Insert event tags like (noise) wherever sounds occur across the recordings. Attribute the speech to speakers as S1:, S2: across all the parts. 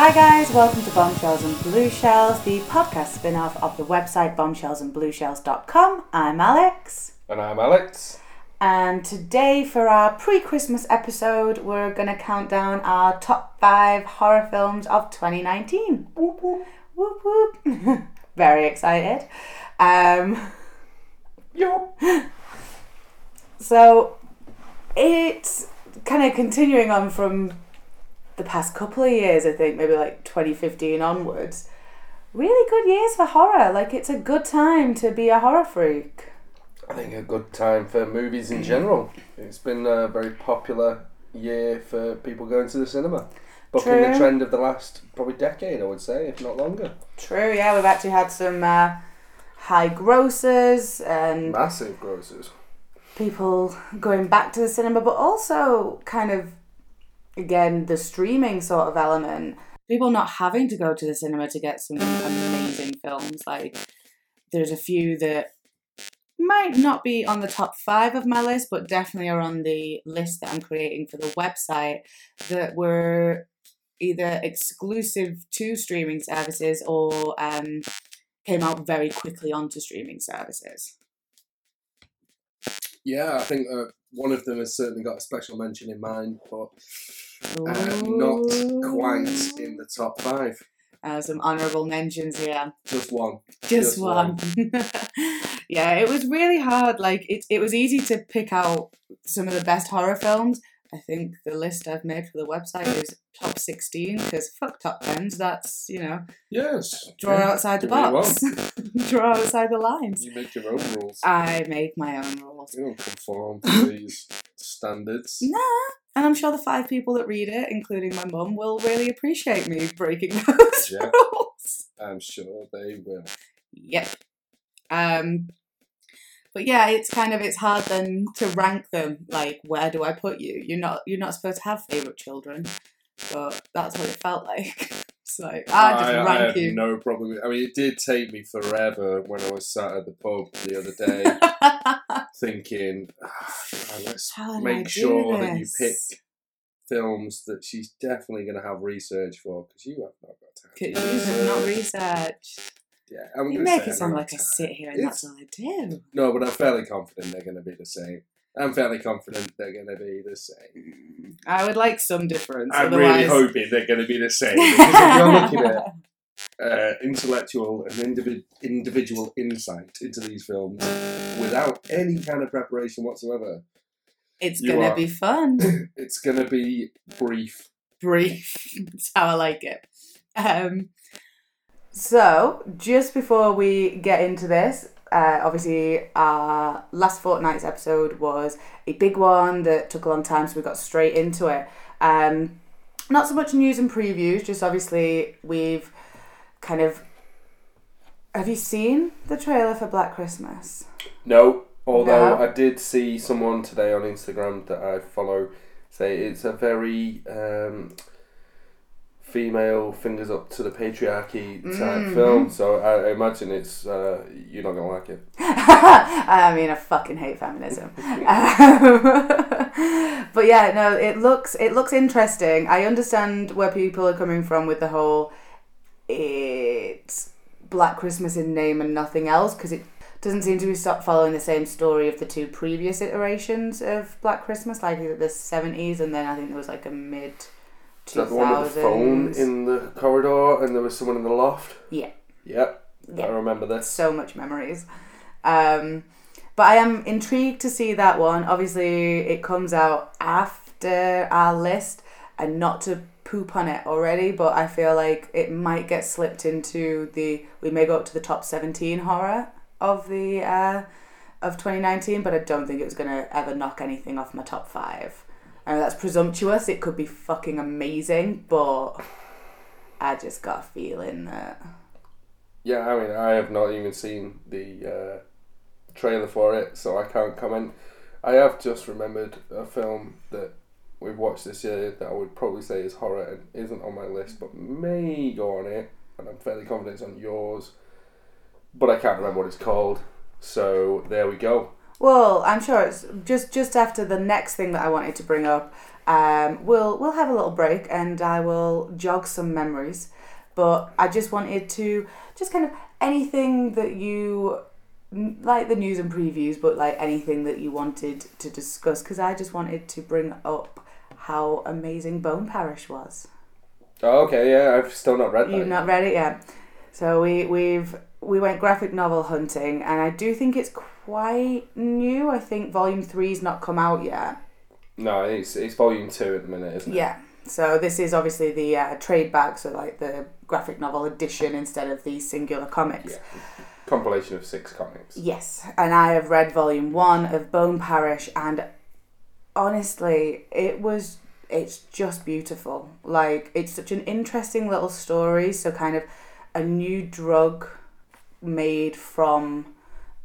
S1: Hi guys, welcome to Bombshells and Blue Shells, the podcast spin-off of the website bombshellsandblueshells.com. I'm Alex.
S2: And I'm Alex.
S1: And today for our pre-Christmas episode, we're going to count down our top 5 horror films of 2019.
S2: Whoop, whoop.
S1: Whoop whoop. (laughs) Very excited. Um
S2: Yup.
S1: So it's kind of continuing on from the past couple of years, I think, maybe like 2015 onwards. Really good years for horror. Like, it's a good time to be a horror freak.
S2: I think a good time for movies in general. It's been a very popular year for people going to the cinema. Bucking
S1: True.
S2: the trend of the last probably decade, I would say, if not longer.
S1: True, yeah, we've actually had some uh, high grosses and
S2: Massive grosses.
S1: people going back to the cinema, but also kind of again the streaming sort of element. People not having to go to the cinema to get some amazing films. Like there's a few that might not be on the top five of my list, but definitely are on the list that I'm creating for the website that were either exclusive to streaming services or um, came out very quickly onto streaming services.
S2: Yeah, I think uh, one of them has certainly got a special mention in mind, but uh, the top five.
S1: uh, some honourable mentions here.
S2: Just one.
S1: Just,
S2: Just
S1: one. (laughs)
S2: one.
S1: yeah, it was really hard. Like it, it was easy to pick out some of the best horror films. I think the list I've made for the website is top sixteen because fuck top tens. That's you know
S2: Yes.
S1: draw
S2: Yeah.
S1: outside the
S2: You really
S1: box, (laughs) draw outside the lines.
S2: You make your own rules.
S1: I make my own rules.
S2: You don't conform to these standards.
S1: Nah. And I'm sure the five people that read it, including my mum, will really appreciate me breaking (laughs) those
S2: Yeah.
S1: rules.
S2: I'm sure they will.
S1: Yep. Um, but yeah, it's kind of it's hard then to rank them. Like, where do I put you? You're not you're not supposed to have favorite children, but that's what it felt like. (laughs) It's like I just
S2: I,
S1: rank
S2: had
S1: you.
S2: no problem. with- I mean, it did take me forever when I was sat at the pub the other day
S1: (laughs)
S2: thinking, "Ah, God, let's
S1: How did I
S2: make
S1: do
S2: sure that you
S1: this?
S2: pick films that she's definitely going to have research for because you have not got time.
S1: 'Cause you have not researched.
S2: Yeah, uh, I'm
S1: You
S2: gonna
S1: make
S2: say
S1: it
S2: I
S1: sound
S2: don't
S1: like I
S2: have
S1: sit here and
S2: It's-
S1: that's all I do.
S2: time. No, but I'm fairly confident they're going to be the same. I'm fairly confident they're going to be the same.
S1: I would like some difference.
S2: I'm really
S1: otherwise...
S2: hoping they're going to (laughs) be the same because if you're looking at uh, intellectual and individ- individual insight into these films without any kind of preparation whatsoever.
S1: it's
S2: You
S1: gonna
S2: are.
S1: be fun.
S2: It's going to be brief.
S1: (laughs) brief. That's how I like it. Um, so, just before we get into this, uh, obviously, our last fortnight's episode was a big one that took a long time, so we got straight into it. Um, not so much news and previews, just obviously, we've kind of. Have you seen the trailer for Black Christmas?
S2: No, although
S1: No.
S2: I did see someone today on Instagram that I follow say it's a very um, female fingers up to the patriarchy type
S1: Mhm.
S2: film. So I imagine it's uh, you're not going to like it.
S1: (laughs) I mean, I fucking hate feminism. Um, (laughs) but yeah, no, it looks it looks interesting. I understand where people are coming from with the whole it's Black Christmas in name and nothing else because it doesn't seem to be stop following the same story of the two previous iterations of Black Christmas, like the 70s and then I think there was like a mid
S2: Is that the one with the phone
S1: 2000s.
S2: in the corridor and there was someone in the loft?
S1: Yeah.
S2: Yep,
S1: Yeah.
S2: I remember this.
S1: so much memories. Um, but I am intrigued to see that one. Obviously, it comes out after our list, and not to poop on it already, but I feel like it might get slipped into the. We may go up to the top seventeen horror of the uh, of twenty nineteen, but I don't think it was gonna ever knock anything off my top five. I know that's presumptuous. It could be fucking amazing, but I just got a feeling that
S2: Yeah, I mean, I have not even seen the uh, trailer for it, so I can't comment. I have just remembered a film that we've watched this year that I would probably say is horror and isn't on my list, but may go on it, and I'm fairly confident it's on yours, but I can't remember what it's called. So there we go.
S1: Well, I'm sure it's just just after the next thing that I wanted to bring up. Um, we'll we'll have a little break and I will jog some memories. But I just wanted to just kind of anything that you n- like the news and previews, but like anything that you wanted to discuss because I just wanted to bring up how amazing Bone Parish was.
S2: Oh, okay, yeah, I've still not read that.
S1: You've not read it yet. So we we've we went graphic novel hunting, and I do think it's quite new. I think volume three's not come out yet.
S2: No, it's it's volume two at the minute, isn't it?
S1: Yeah. So this is obviously the uh, trade back, so like the graphic novel edition instead of the singular comics.
S2: Yeah. Compilation of six comics.
S1: Yes, and I have read volume one of Bone Parish, and honestly, it was it's just beautiful. Like it's such an interesting little story. So kind of a new drug made from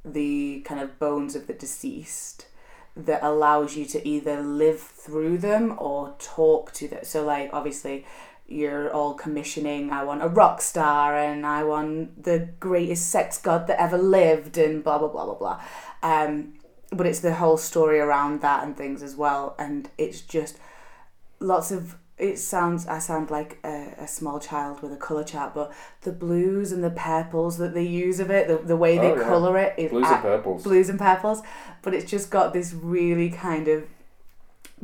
S1: the kind of bones of the deceased that allows you to either live through them or talk to them. So like obviously you're all commissioning I want a rock star and I want the greatest sex god that ever lived and blah blah blah blah blah. Um but it's the whole story around that and things as well and it's just lots of it sounds I sound like a, a small child with a color chart but the blues and the purples that they use of it the, the way they
S2: Oh, yeah.
S1: color it is
S2: Blues
S1: a-
S2: and purples.
S1: blues and purples, but it's just got this really kind of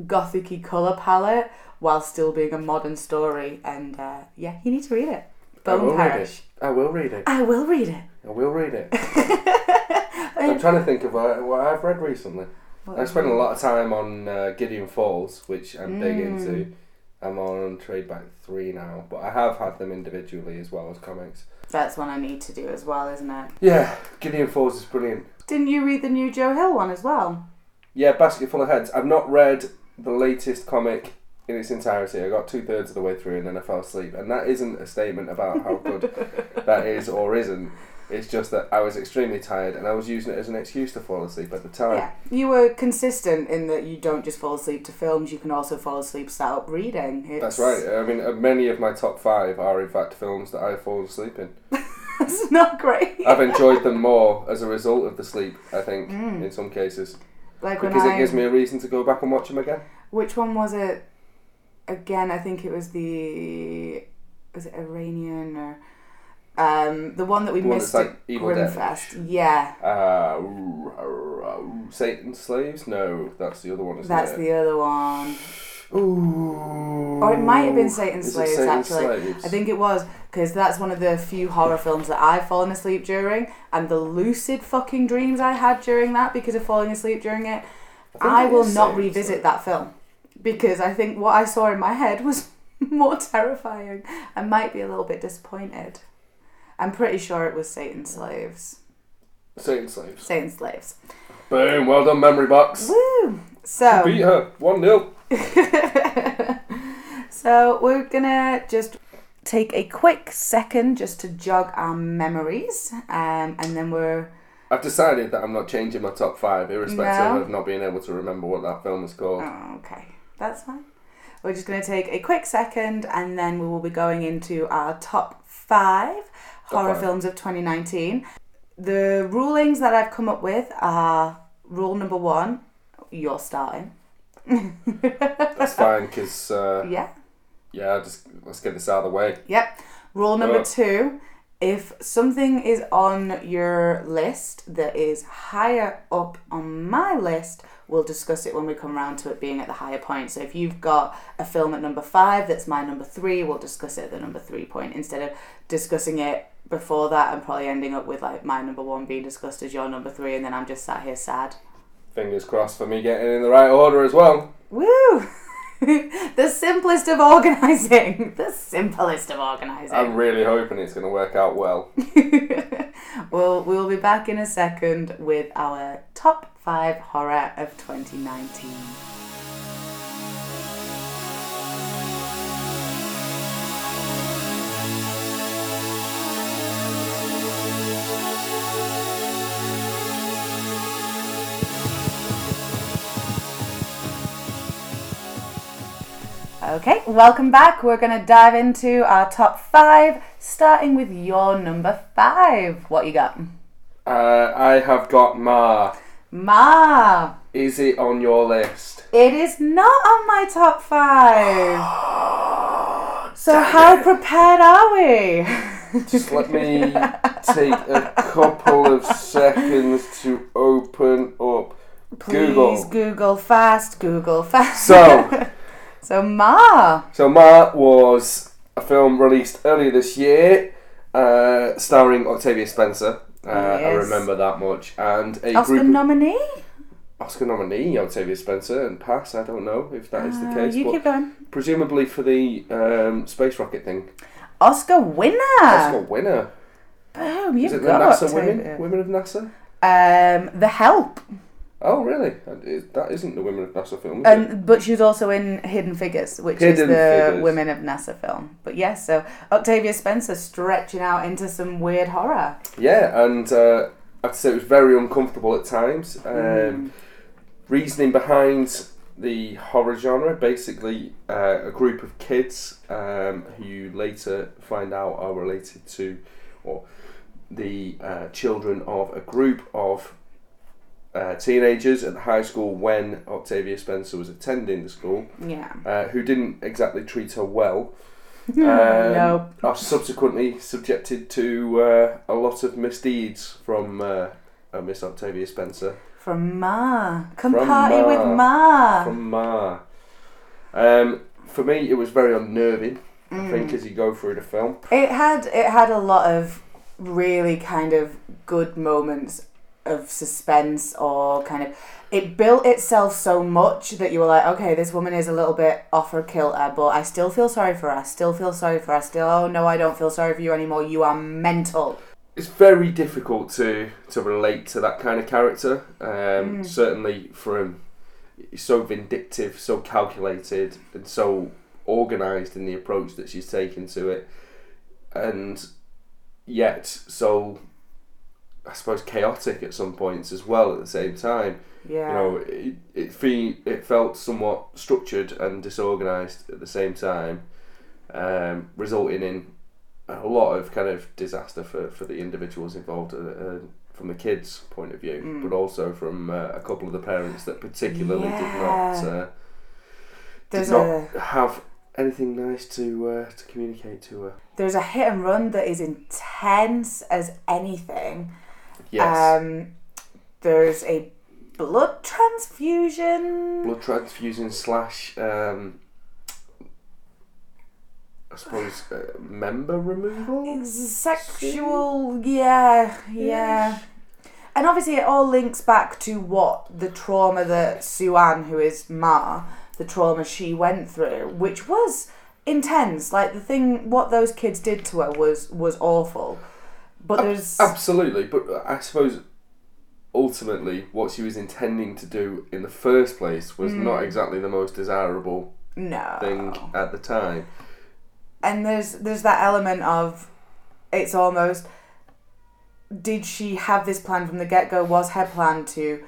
S1: gothicy color palette while still being a modern story. And uh, yeah, you need to read it.
S2: I will
S1: Bone Parish.
S2: read it. I will read it.
S1: I will read it. (laughs)
S2: I will read it. I'm trying to think of uh, what I've read recently. I spent a lot of time on uh, Gideon Falls, which I'm big into. I'm on Trade Back 3 now, but I have had them individually as well as comics.
S1: That's one I need to do as well, isn't it?
S2: Yeah, Gideon Falls is brilliant.
S1: Didn't you read the new Joe Hill one as well?
S2: Yeah, Basket Full of Heads. I've not read the latest comic in its entirety. I got two thirds of the way through and then I fell asleep. And that isn't a statement about
S1: (laughs)
S2: how good that is or isn't. It's just that I was extremely tired and I was using it as an excuse to fall asleep at the time.
S1: Yeah. You were consistent in that you don't just fall asleep to films, you can also fall asleep sat up reading. It's,
S2: That's right. I mean, uh, many of my top five are in fact films that I fall asleep in.
S1: (laughs) It's not great.
S2: I've enjoyed them more as a result of the sleep. I think
S1: Mm.
S2: in some cases
S1: Like when
S2: because
S1: I,
S2: it gives me a reason to go back and watch them again.
S1: Which one was it? Again, I think it was the was it Iranian or um, the one that we
S2: The one
S1: missed
S2: that's like
S1: at
S2: Evil Dead.
S1: Grimfest. Yeah,
S2: Uh, ooh, ooh, ooh, Satan's slaves? No, that's the other one. Isn't
S1: that's
S2: it?
S1: the other one.
S2: the. Ooh.
S1: Or it might have been Satan's
S2: Is it
S1: Slaves,
S2: Satan's
S1: actually.
S2: Slaves?
S1: I think it was because that's one of the few horror films that I've fallen asleep during, and the lucid fucking dreams I had during that because of falling asleep during it.
S2: think
S1: I,
S2: it
S1: will
S2: is
S1: not
S2: Satan's
S1: revisit
S2: Slaves.
S1: that film because I think what I saw in my head was (laughs) more terrifying. I might be a little bit disappointed. I'm pretty sure it was Satan's Slaves.
S2: Satan's slaves.
S1: Satan's Slaves.
S2: Boom! Well done, memory box.
S1: Woo! So.
S2: Beat her one 0
S1: (laughs) so we're gonna just take a quick second just to jog our memories, um, and then we're
S2: I've decided that I'm not changing my top five, irrespective
S1: No.
S2: of not being able to remember what that film is called.
S1: oh, okay. That's fine. We're just gonna take a quick second, and then we will be going into our top five horror
S2: five.
S1: films of 2019. The rulings that I've come up with are rule number one: you're starting. (laughs)
S2: That's fine, because uh,
S1: Yeah.
S2: yeah, I'll just let's get this out of the way.
S1: Yep. Rule number
S2: Ugh.
S1: two if something is on your list that is higher up on my list, we'll discuss it when we come round to it being at the higher point. So if you've got a film at number five that's my number three, we'll discuss it at the number three point instead of discussing it before that and probably ending up with like my number one being discussed as your number three and then I'm just sat here sad.
S2: Fingers crossed for me getting in the right order as well.
S1: Woo! (laughs) the simplest of organizing. (laughs) The simplest of organizing.
S2: I'm really hoping it's going to work
S1: (laughs)
S2: out well.
S1: well, we'll be back in a second with our top five horror of 2019. Okay, welcome back. We're going to dive into our top five, starting with your number five. What you got?
S2: Uh, I have got Ma.
S1: Ma,
S2: Is it on your list?
S1: it is not on my top
S2: (gasps)
S1: five. So how prepared are we?
S2: Just let me take a couple of seconds to open up.
S1: Please
S2: (laughs) Google.
S1: Google. fast. Google fast.
S2: So-
S1: (laughs) so Ma,
S2: So, Ma was a film released earlier this year, uh, starring Octavia Spencer. Uh, I
S1: Yes.
S2: remember that much. And a
S1: Oscar
S2: group of-
S1: nominee.
S2: Oscar nominee, Octavia Spencer, and pass. I don't know if that is the
S1: Uh,
S2: case,
S1: you
S2: but
S1: keep going.
S2: presumably for the um, space rocket thing.
S1: Oscar winner.
S2: Oscar winner.
S1: Boom!
S2: Is
S1: Ah. You've
S2: it the
S1: got
S2: NASA
S1: Octavia.
S2: women? Women of NASA?
S1: Um, The Help,
S2: Oh, really? That is- That isn't the Women of NASA film. Is it?
S1: and but she's also in Hidden Figures, which is the
S2: Hidden Figures.
S1: Women of NASA film. But yes, so Octavia Spencer stretching out into some weird horror.
S2: Yeah, and uh, I have to say it was very uncomfortable at times. Um, Reasoning behind the horror genre basically, uh, a group of kids um, who you later find out are related to or the uh, children of a group of uh, teenagers at the high school when Octavia Spencer was attending the school
S1: Yeah.
S2: uh, who didn't exactly treat her well.
S1: (laughs)
S2: Um,
S1: No.
S2: Are subsequently subjected to uh, a lot of misdeeds from uh, uh, Miss Octavia Spencer
S1: From Ma. Come
S2: From
S1: party
S2: Ma.
S1: with Ma.
S2: from Ma. Um, for me, it was very unnerving. I
S1: Mm.
S2: think as you go through the film,
S1: It had it had a lot of really kind of good moments of suspense or kind of it built itself so much that you were like, okay, this woman is a little bit off her kilter, but I still feel sorry for her. I still feel sorry for her. I still, oh no, I don't feel sorry for you anymore. You are mental.
S2: it's very difficult to to relate to that kind of character. Um, Certainly, from it's so vindictive, so calculated, and so organised in the approach that she's taken to it, and yet so I suppose chaotic at some points as well. At the same time,
S1: Yeah.
S2: you know, it it, fe- it felt somewhat structured and disorganised at the same time, um, resulting in a lot of kind of disaster for, for the individuals involved uh, uh, from the kids' point of view,
S1: Mm.
S2: but also from uh, a couple of the parents that particularly did not
S1: Yeah.
S2: uh,
S1: There's
S2: did
S1: a-
S2: not have anything nice to uh, to communicate to her.
S1: there's a hit and run that is intense as anything.
S2: Yes,
S1: Um, there's a blood transfusion.
S2: blood transfusion slash. Um, I suppose uh, member removal.
S1: sexual yeah yeah and obviously it all links back to what the trauma that Suan who is Ma the trauma she went through which was intense like the thing what those kids did to her was was awful but there's
S2: Absolutely, but uh, I suppose ultimately what she was intending to do in the first place was not exactly the most desirable
S1: no
S2: thing at the time.
S1: and there's there's that element of it's almost did she have this plan from the get go? Was her plan to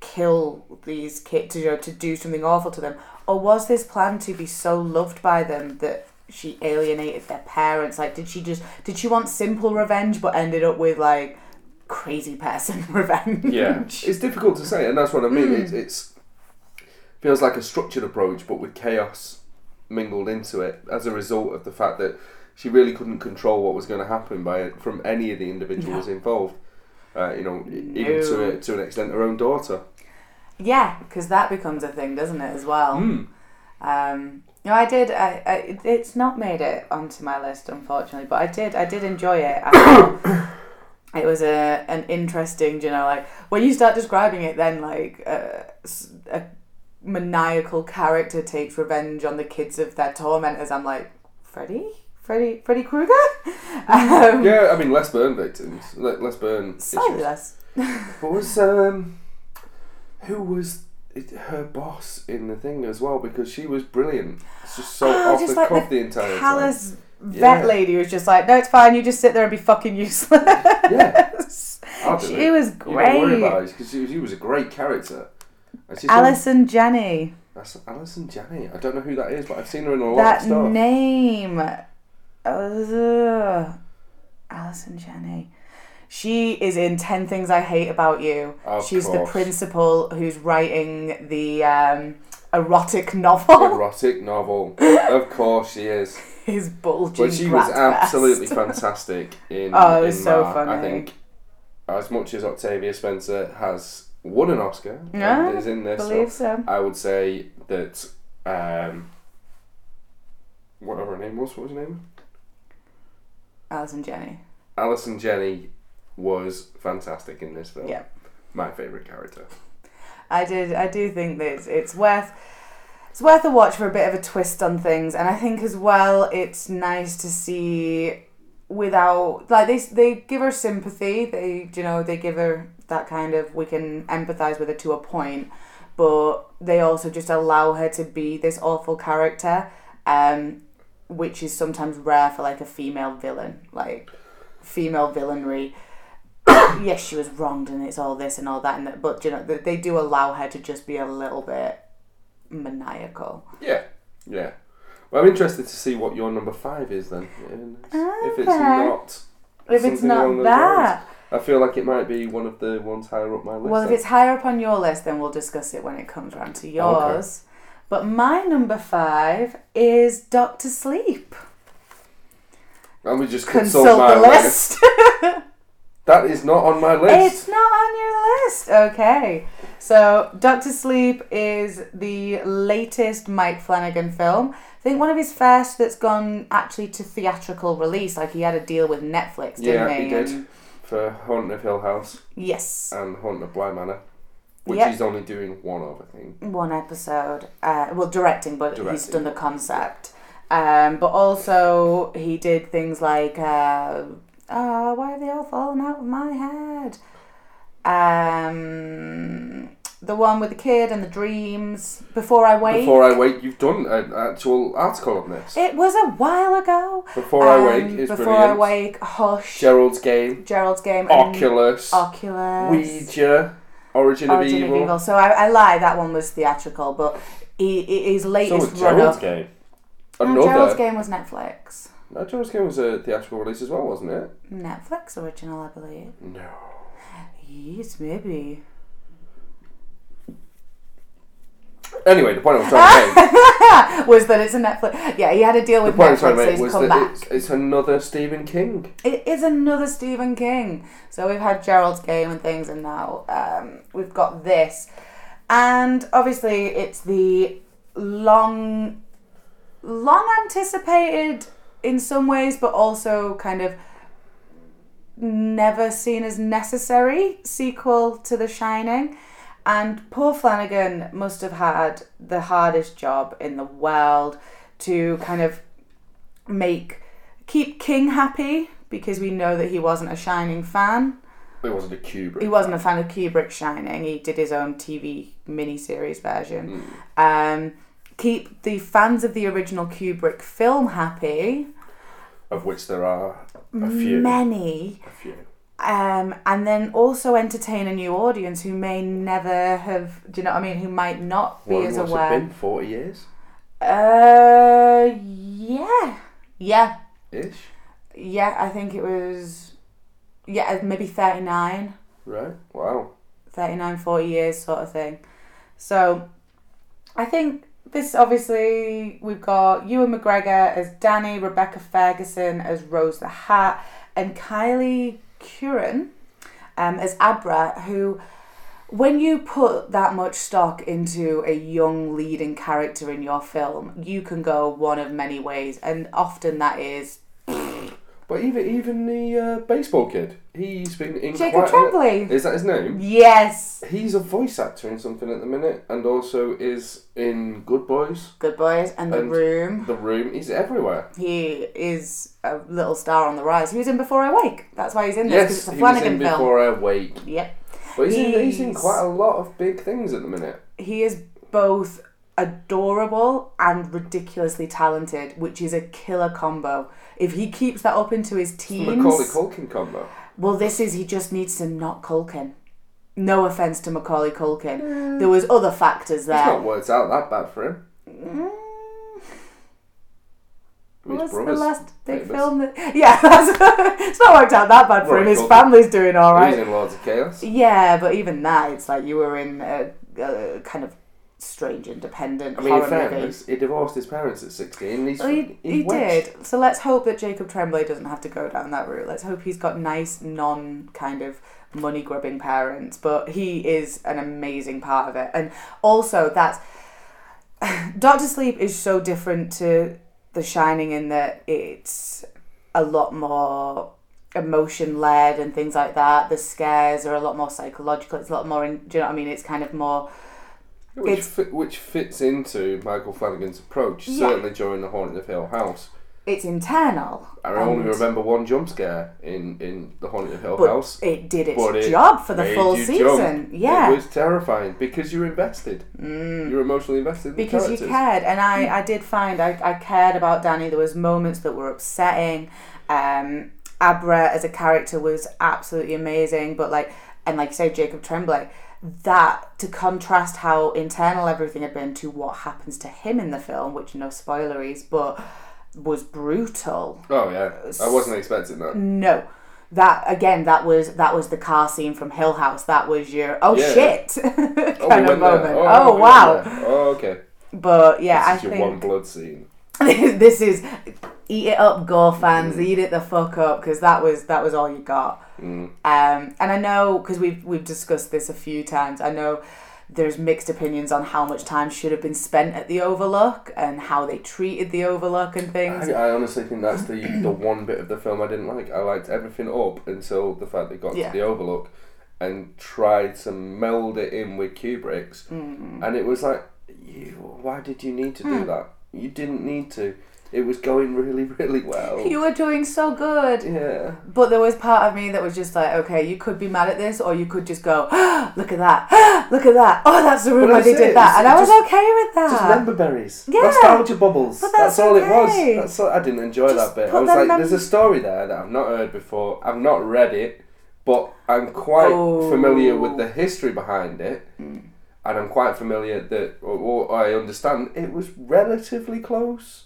S1: kill these kids to you know, to do something awful to them, or was this plan to be so loved by them that she alienated their parents? Like, did she just did she want simple revenge but ended up with like crazy person (laughs) revenge?
S2: (laughs) it's difficult to say, and that's what I mean. It, it's feels like a structured approach, but with chaos mingled into it as a result of the fact that she really couldn't control what was going to happen by from any of the individuals involved. Uh, you know, e- even to a, to an extent, her own daughter.
S1: Yeah, because that becomes a thing, doesn't it, as well?
S2: Hmm.
S1: Um, no, I did. I, I, it- it's not made it onto my list, unfortunately, but I did. I did enjoy it. I thought it was a an interesting, you know, like when you start describing it, then like uh, s- a maniacal character takes revenge on the kids of their tormentors. I'm like, Freddy, Freddy, Freddy Krueger. Um,
S2: Yeah, I mean, less burn victims, le- less burn
S1: Slightly
S2: issues.
S1: less.
S2: What was um, who was it, her boss in the thing as well? Because she was brilliant. It's just so
S1: Oh,
S2: off
S1: just
S2: the
S1: like
S2: cuff
S1: the
S2: the, entire
S1: Callous
S2: Yeah.
S1: vet lady was just like, no, it's fine. You just sit there and be fucking useless.
S2: time. Yeah, I'll
S1: (laughs)
S2: do
S1: She
S2: it.
S1: was
S2: You don't worry
S1: great.
S2: about it because she, she was a great character. And she's done-
S1: Alison Jenny.
S2: that's Alison Janney. I don't know who that is, but I've seen her in a lot of
S1: That
S2: stuff.
S1: name. Ugh. Alison Jenny. She is in Ten Things I Hate About You.
S2: Of
S1: She's the
S2: course.
S1: principal who's writing the um, erotic novel.
S2: Erotic novel. of course she is.
S1: (laughs) His bulging.
S2: But she was
S1: brat best. (laughs)
S2: absolutely fantastic in.
S1: Oh, it was
S2: in
S1: so
S2: Ma, I
S1: funny.
S2: think as much as Octavia Spencer has won an Oscar
S1: Yeah,
S2: and is in this,
S1: Believe
S2: so
S1: so.
S2: I would say that um, whatever her name was, what was her name?
S1: Alice and Jenny.
S2: Alison Jenny was fantastic in this film.
S1: Yeah.
S2: My favourite character.
S1: I did. I do think that it's, it's worth it's worth a watch for a bit of a twist on things, and I think as well it's nice to see without like they they give her sympathy. They you know they give her that kind of we can empathize with her to a point, but they also just allow her to be this awful character, um, which is sometimes rare for like a female villain, like female villainry yes, she was wronged and it's all this and all that, and that, but you know they, they do allow her to just be a little bit maniacal.
S2: Yeah, yeah. Well, I'm interested to see what your number five is then. in this. If it's
S1: Okay.
S2: not,
S1: If it's
S2: something
S1: not
S2: along those
S1: that,
S2: lines. I feel like it might be one of the ones higher up my list.
S1: well, if
S2: then.
S1: it's higher up on your list, then we'll discuss it when it comes round to yours. But my number five is Doctor Sleep.
S2: let me just consult,
S1: Consult
S2: my
S1: the
S2: list.
S1: list.
S2: That is not on my list.
S1: It's not on your list. Okay. So, Doctor Sleep is the latest Mike Flanagan film. I think one of his first that's gone actually to theatrical release. Like, he had a deal with Netflix, didn't
S2: yeah, he did
S1: And-
S2: for Haunt of Hill House
S1: yes.
S2: and Haunt of Bly Manor, which
S1: Yep.
S2: he's only doing one of, I think.
S1: one episode. Uh, well, directing, but he's
S2: Directing.
S1: done the concept. Um, but also he did things like, uh, oh, why have they all fallen out of my head? Um, the one with the kid and the dreams. Before I wake.
S2: Before I wake, you've done an actual article on this.
S1: it was a while ago.
S2: Before I wake
S1: Um,
S2: is
S1: before
S2: brilliant.
S1: I wake. Hush.
S2: Gerald's Game,
S1: Gerald's game. and
S2: Oculus,
S1: Oculus.
S2: Ouija, Origin,
S1: Origin
S2: of Evil.
S1: So I, I lie. That one was theatrical, but he, he- his
S2: So
S1: latest
S2: was
S1: run
S2: Gerald's
S1: up-
S2: Game.
S1: No, Gerald's
S2: Another.
S1: Game was Netflix.
S2: No, Gerald's Game was a theatrical release as well, wasn't it?
S1: Netflix original, I believe.
S2: No.
S1: Yes, maybe. (laughs)
S2: Anyway, the point I was trying
S1: (laughs)
S2: to make.
S1: Was that it's a Netflix? Yeah, he had a deal
S2: The
S1: with
S2: point I
S1: Netflix.
S2: was trying to
S1: so
S2: make
S1: he's
S2: was
S1: come
S2: that it's,
S1: back.
S2: it's another Stephen King.
S1: It is another Stephen King. So we've had Gerald's Game and things, and now um, we've got this. And obviously, it's the long, long anticipated in some ways, but also kind of never seen as necessary sequel to The Shining. And Paul Flanagan must have had the hardest job in the world to kind of make keep King happy because we know that he wasn't a Shining fan.
S2: It wasn't a Kubrick.
S1: He wasn't a fan of Kubrick's Shining. He did his own TV miniseries version.
S2: Hmm.
S1: Um, keep the fans of the original Kubrick film happy.
S2: Of which there are a few.
S1: Many
S2: A few.
S1: um, and then also entertain a new audience who may never have. Do you know what I mean? Who might not be
S2: Well,
S1: as
S2: what's
S1: aware.
S2: it been? 40 years?
S1: Uh, yeah, yeah,
S2: Ish?
S1: yeah. I think it was, yeah, maybe 39,
S2: Right? Wow.
S1: 39, 40 years sort of thing. So, I think this obviously we've got Ewan McGregor as Danny, Rebecca Ferguson as Rose the Hat, and Kylie Curran um, as Abra, who, when you put that much stock into a young leading character in your film, you can go one of many ways, and often that is
S2: But even even the uh, baseball kid, he's been in
S1: Jacob
S2: quite a-
S1: Tremblay.
S2: Is that his name?
S1: Yes,
S2: He's a voice actor in something at the minute, and also is in Good Boys,
S1: Good Boys and The
S2: And-
S1: Room.
S2: The Room. He's everywhere.
S1: He is a little star on the rise. He was in Before I Wake. That's why he's in this. 'cause
S2: yes,
S1: it's a
S2: he was
S1: Flanagan
S2: in
S1: film.
S2: Before I Wake.
S1: Yep.
S2: But he's, in, he's in
S1: He's-
S2: quite a lot of big things at the minute.
S1: He is both adorable and ridiculously talented, which is a killer combo. If he keeps that up into his teens,
S2: Macaulay Culkin combo.
S1: well, this is he just needs to not Culkin. No offense to Macaulay Culkin,
S2: Mm.
S1: there was other factors
S2: It's
S1: there.
S2: not words out that bad for him.
S1: mm. What
S2: his
S1: was the
S2: brothers.
S1: last big
S2: famous.
S1: film that? (laughs) Yeah, that's, it's not worked out that bad for
S2: Well,
S1: him.
S2: he
S1: His
S2: told-
S1: family's doing all
S2: He
S1: right.
S2: was in Lords of Chaos.
S1: Yeah, but even that, it's like you were in a, a kind of strange, independent
S2: I mean, in
S1: horror movie.
S2: fairness, he divorced his parents at 16. He's,
S1: Well, he,
S2: he's
S1: he
S2: wedged.
S1: did. So let's hope that Jacob Tremblay doesn't have to go down that route. Let's hope he's got nice, non kind of money grubbing parents. But he is an amazing part of it. And also, that's. (sighs) Doctor Sleep is so different to The Shining in that it's a lot more emotion led and things like that. The scares are a lot more psychological. It's a lot more, in, do you know what I mean? It's kind of more.
S2: Which,
S1: It's-
S2: fit, which fits into Michael Flanagan's approach,
S1: Yeah.
S2: certainly during The Haunting of Hill House.
S1: It's internal.
S2: I only
S1: and-
S2: remember one jump scare in, in The Haunting of Hill
S1: but
S2: House.
S1: it did its
S2: but it
S1: job for the
S2: made
S1: full
S2: you
S1: season.
S2: jump.
S1: Yeah.
S2: It was terrifying because you're invested. Mm. You're emotionally invested in the
S1: because you
S2: characters.
S1: cared and I, I did find I, I cared about danny there was moments that were upsetting um abra as a character was absolutely amazing but like and like you say jacob tremblay that to contrast how internal everything had been to what happens to him in the film which no spoileries but was brutal
S2: Oh, yeah. I wasn't expecting that.
S1: no that again that was that was the car scene from hill house that was your oh
S2: Yeah.
S1: shit (laughs)
S2: Oh,
S1: kind
S2: we
S1: of
S2: went there.
S1: moment
S2: Oh,
S1: oh,
S2: we went
S1: wow
S2: there. Oh, okay.
S1: but yeah
S2: This is
S1: i
S2: your
S1: think
S2: one blood scene.
S1: (laughs) this is eat it up gore
S2: Mm.
S1: fans eat it the fuck up because that was that was all you got
S2: Mm.
S1: um, and i know because we've we've discussed this a few times i know there's mixed opinions on how much time should have been spent at the overlook and how they treated the overlook and things
S2: I, I honestly think that's the,
S1: (clears throat)
S2: the one bit of the film I didn't like. I liked everything up until the fact they got
S1: Yeah.
S2: to the Overlook and tried to meld it in with Kubrick's.
S1: Mm.
S2: And it was like, you, why did you need to do
S1: Hmm.
S2: that? You didn't need to. It was going really, really well.
S1: you were doing so good
S2: yeah.
S1: but there was part of me that was just like okay you could be mad at this or you could just go (gasps) look at that (gasps) look at that oh that's the room
S2: Well,
S1: where they
S2: that's it.
S1: did that and i was
S2: Just-
S1: okay with that
S2: Just member berries.
S1: Ah. Yeah.
S2: Nostalgia bubbles.
S1: But
S2: that's
S1: that's
S2: all it was.
S1: okay.
S2: That's all, I didn't enjoy
S1: Just
S2: that bit. I
S1: put
S2: was
S1: them
S2: like,
S1: mem-
S2: there's a story there that I've not heard before. I've not read it, but I'm quite
S1: Oh. Mm.
S2: familiar with the history behind it. And I'm quite familiar that, or, or I understand, it was relatively close.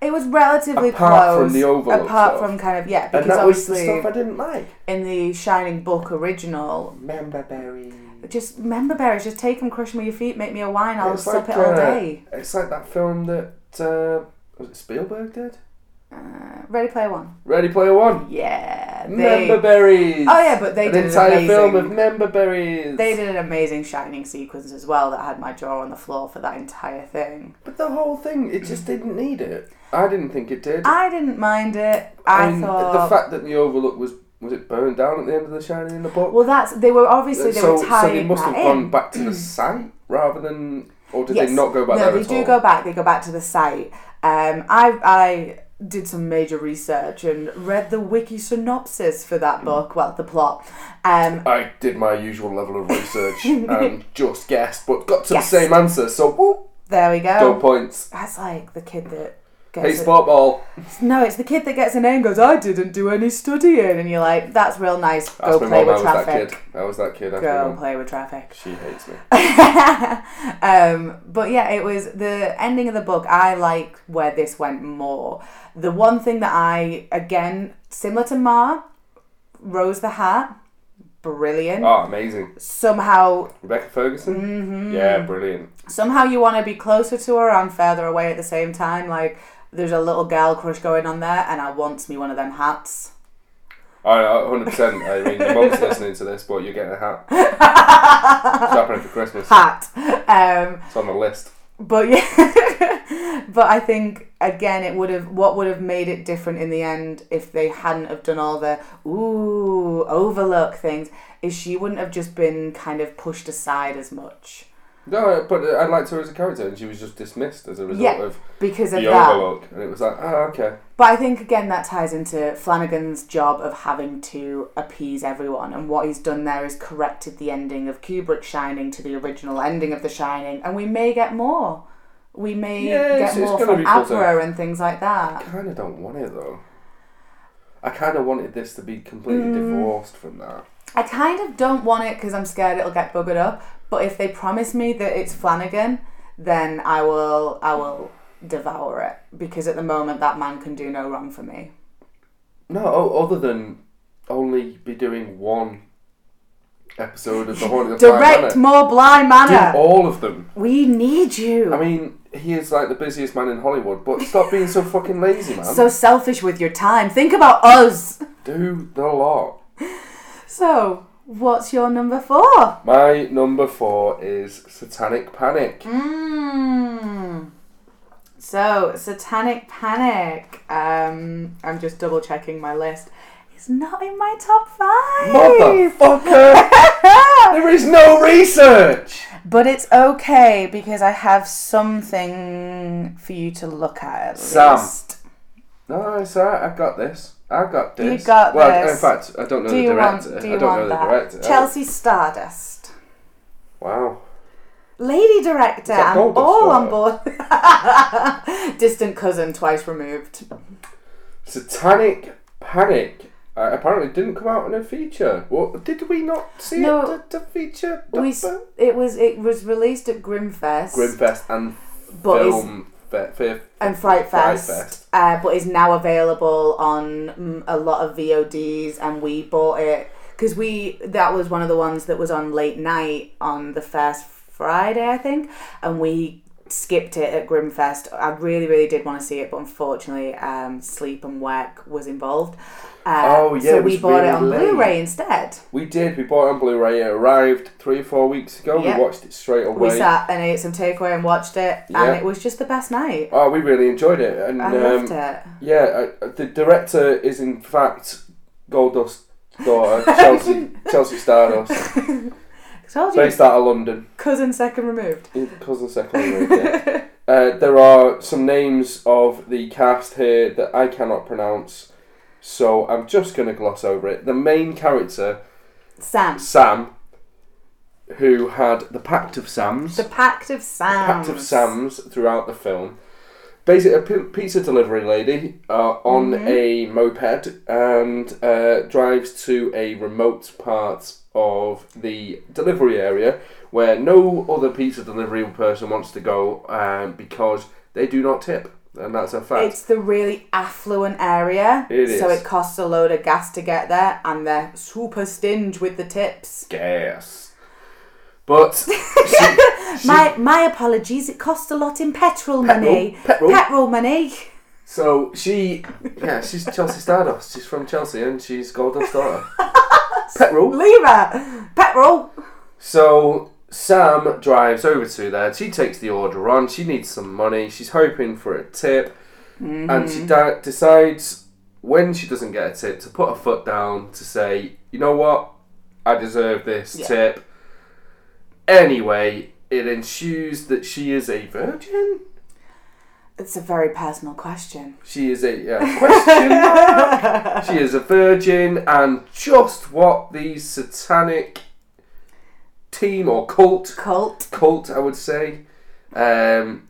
S1: It was relatively
S2: Apart
S1: close.
S2: from the overlook
S1: Apart
S2: stuff.
S1: from kind of yeah,
S2: And
S1: because
S2: that was the
S1: obviously
S2: stuff I didn't like.
S1: in the Shining book original,
S2: Member berries.
S1: just member berries, just take them, crush them with your feet, make me a wine, I'll
S2: It's
S1: sup it
S2: like,
S1: all
S2: uh,
S1: day.
S2: It's like that film that, uh, was it Spielberg did?
S1: Uh, Ready Player One.
S2: Ready Player One.
S1: Yeah,
S2: Member
S1: they
S2: berries.
S1: Oh, yeah, but they
S2: an
S1: did an
S2: entire film
S1: amazing-
S2: of member berries.
S1: they did an amazing Shining sequence as well that had my jaw on the floor for that entire thing.
S2: But the whole thing, it just didn't need it. I didn't think it did.
S1: I didn't mind it. I
S2: mean,
S1: thought
S2: the fact that the Overlook was was it burned down at the end of the Shining in the book.
S1: well, that's they were obviously they
S2: so,
S1: were tying
S2: so they must have
S1: that
S2: gone
S1: in.
S2: back to
S1: (clears throat)
S2: the site rather than, or did
S1: Yes.
S2: they not go back
S1: no,
S2: there
S1: they
S2: at
S1: do
S2: all?
S1: go back. They go back to the site. Um, I I did some major research and read the wiki synopsis for
S2: Mm.
S1: that book. Well, the plot. Um,
S2: I did my usual level
S1: (laughs)
S2: of research and just guessed, but got to
S1: Yes. Oh.
S2: the same answer. So whoop,
S1: there we
S2: go
S1: go.
S2: points.
S1: That's like the kid that
S2: Hey,
S1: gets.
S2: spot ball.
S1: a, no, it's the kid that gets an A and goes, "I didn't do any studying," and you're like, "That's real nice. Go
S2: Ask my
S1: play
S2: mum. I
S1: with
S2: was that kid.
S1: traffic.
S2: I was that kid. Ask my
S1: Go
S2: mum.
S1: play with traffic."
S2: She hates me.
S1: (laughs) um, but yeah, it was the ending of the book. I like where this went more. The one thing that I, again, similar to Ma, Rose the Hat, brilliant.
S2: Oh, amazing.
S1: Somehow,
S2: Rebecca Ferguson. Mm-hmm. Yeah, brilliant.
S1: somehow you want to be closer to her and further away at the same time. Like, there's a little girl crush going on there, and I wants me one of them hats.
S2: I hundred percent. I mean, your mum's listening to this, but you're getting
S1: (laughs)
S2: a hat. Shopping for Christmas.
S1: Hat. (laughs) Um,
S2: It's on the list.
S1: but yeah (laughs) but i think again it would have what would have made it different in the end if they hadn't have done all the ooh overlook things is she wouldn't have just been kind of pushed aside as much
S2: No, uh, but I liked her as a character, and she was just dismissed as a result
S1: Yeah,
S2: of
S1: because
S2: the
S1: of that
S2: Overlook, and it was like, oh, okay.
S1: But I think again that ties into Flanagan's job of having to appease everyone, and what he's done there is corrected the ending of Kubrick's Shining to the original ending of The Shining, and we may get more. We may
S2: Yeah, it's-
S1: get
S2: it's
S1: more
S2: gonna be
S1: from
S2: full-time.
S1: Abra and things like
S2: I
S1: that.
S2: kind of don't want it though. I kind of wanted this to be completely
S1: Mm.
S2: divorced from that.
S1: I kind of don't want it because I'm scared it'll get buggered up. But if they promise me that it's Flanagan, then I will. I will devour it because at the moment that man can do no wrong for me.
S2: No, o- other than only be doing one episode of the Horn of the
S1: Direct more blind manner.
S2: Do all of them.
S1: we need you.
S2: oh. I mean, he is like the busiest man in Hollywood, but stop being so fucking lazy, man.
S1: so selfish with your time. Think about us.
S2: Do the lot.
S1: So, what's your number four?
S2: My number four is Satanic Panic.
S1: Mm. So, Satanic Panic. Um, I'm just double checking my list. It's not in my top Hmm. five. (laughs)
S2: Motherfucker! there is no research!
S1: but it's okay because I have something for you to look at. at
S2: Sam.
S1: least.
S2: No, it's alright, I've got this. I've got this.
S1: You got
S2: well,
S1: this.
S2: in fact, I don't know
S1: Do
S2: the
S1: you want?
S2: director.
S1: Do
S2: I
S1: you
S2: don't
S1: want
S2: know the director.
S1: that? Chelsea Stardust.
S2: Wow.
S1: Lady director,
S2: Is that
S1: I'm
S2: Goldust
S1: all
S2: or-
S1: on board. (laughs) Distant cousin, twice removed.
S2: Satanic Panic. Uh, apparently didn't come out in a feature. What did we not see
S1: No.
S2: it? The, the feature.
S1: We, s- it was it was released at Grimfest,
S2: Grimfest and
S1: but is,
S2: Film Fe- Fe-
S1: and Fright
S2: Fright
S1: Fest, Uh, but is now available on mm, a lot of VODs, and we bought it because we that was one of the ones that was on late night on the first Friday, I think, and we skipped it at Grimfest. I really, really did want to see it, but unfortunately, um, sleep and work was involved. Uh,
S2: Oh, yeah,
S1: so
S2: it
S1: we
S2: was
S1: bought
S2: really
S1: it on
S2: late.
S1: Blu-ray instead.
S2: We did. We bought it on Blu-ray. It arrived three or four weeks ago.
S1: Yeah.
S2: We watched it straight
S1: We
S2: away.
S1: sat and ate some takeaway and watched it,
S2: Yeah.
S1: and it was just the best night.
S2: Oh, we really enjoyed it, and
S1: I
S2: um,
S1: loved it.
S2: yeah, uh, the director is in fact Goldust's
S1: (laughs)
S2: daughter, Chelsea Chelsea Stardust,
S1: told you,
S2: based out of London,
S1: cousin second removed.
S2: in cousin second. yeah.
S1: (laughs)
S2: Uh, there are some names of the cast here that I cannot pronounce, so I'm just going to gloss over it. The main character,
S1: Sam.
S2: Sam, who had the Pact of Sams.
S1: The Pact of Sam.
S2: pact of Sams throughout the film. Basically, a pi- pizza delivery lady uh, on
S1: Mm-hmm.
S2: a moped and uh, drives to a remote part of the delivery area where no other pizza delivery person wants to go um, because they do not tip, and that's a fact.
S1: It's the really affluent area,
S2: It
S1: so
S2: is.
S1: it costs a load of gas to get there, and they're super stingy with the tips.
S2: Yes, but she- she-
S1: My my apologies. It costs a lot in petrol money.
S2: petrol.
S1: money.
S2: so she yeah she's Chelsea Stardust. She's from Chelsea and she's Goldust's daughter. Petrol.
S1: Lira. Petrol.
S2: So Sam drives over to there. She takes the order on. She needs some money. She's hoping for a tip, and she di- decides when she doesn't get a tip to put her foot down to say, you know what, I deserve this
S1: Yeah.
S2: tip. Anyway, it ensues that she is a virgin.
S1: It's a very personal question.
S2: She is a uh,
S1: (laughs)
S2: question mark. she is a virgin, and just what the satanic team or cult
S1: Cult.
S2: cult, I would say, um,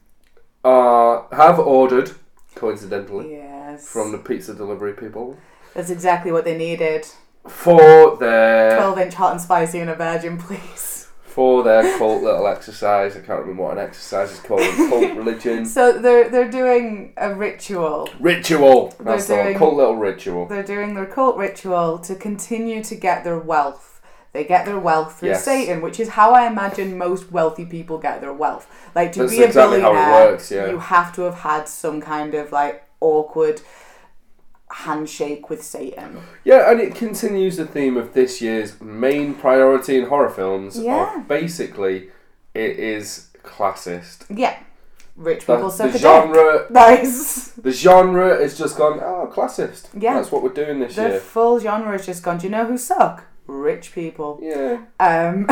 S2: are have ordered, coincidentally,
S1: Yes.
S2: from the pizza delivery people
S1: That's exactly what they needed.
S2: for their
S1: Twelve inch hot and spicy and a virgin, please.
S2: for their cult little exercise. I can't remember what an exercise is
S1: (laughs)
S2: called. Cult religion
S1: So they're they're doing a ritual.
S2: ritual. That's the
S1: They're
S2: one.
S1: doing-
S2: Cult little ritual.
S1: They're doing their cult ritual to continue to get their wealth. They get their wealth through
S2: Yes.
S1: Satan, which is how I imagine most wealthy people get their wealth. Like to
S2: That's
S1: be a
S2: exactly how it
S1: billionaire,
S2: works, yeah.
S1: you have to have had some kind of like awkward handshake with Satan.
S2: Yeah, and it continues the theme of this year's main priority in horror films.
S1: Yeah.
S2: Of basically, it is classist.
S1: Yeah, rich
S2: The,
S1: people suck
S2: the
S1: a dick. (laughs)
S2: genre, (laughs)
S1: Nice.
S2: the genre has just gone. Oh, classist.
S1: Yeah.
S2: That's what we're doing this
S1: The
S2: year.
S1: full genre has just gone. Do you know who suck? Rich people.
S2: Yeah.
S1: Um,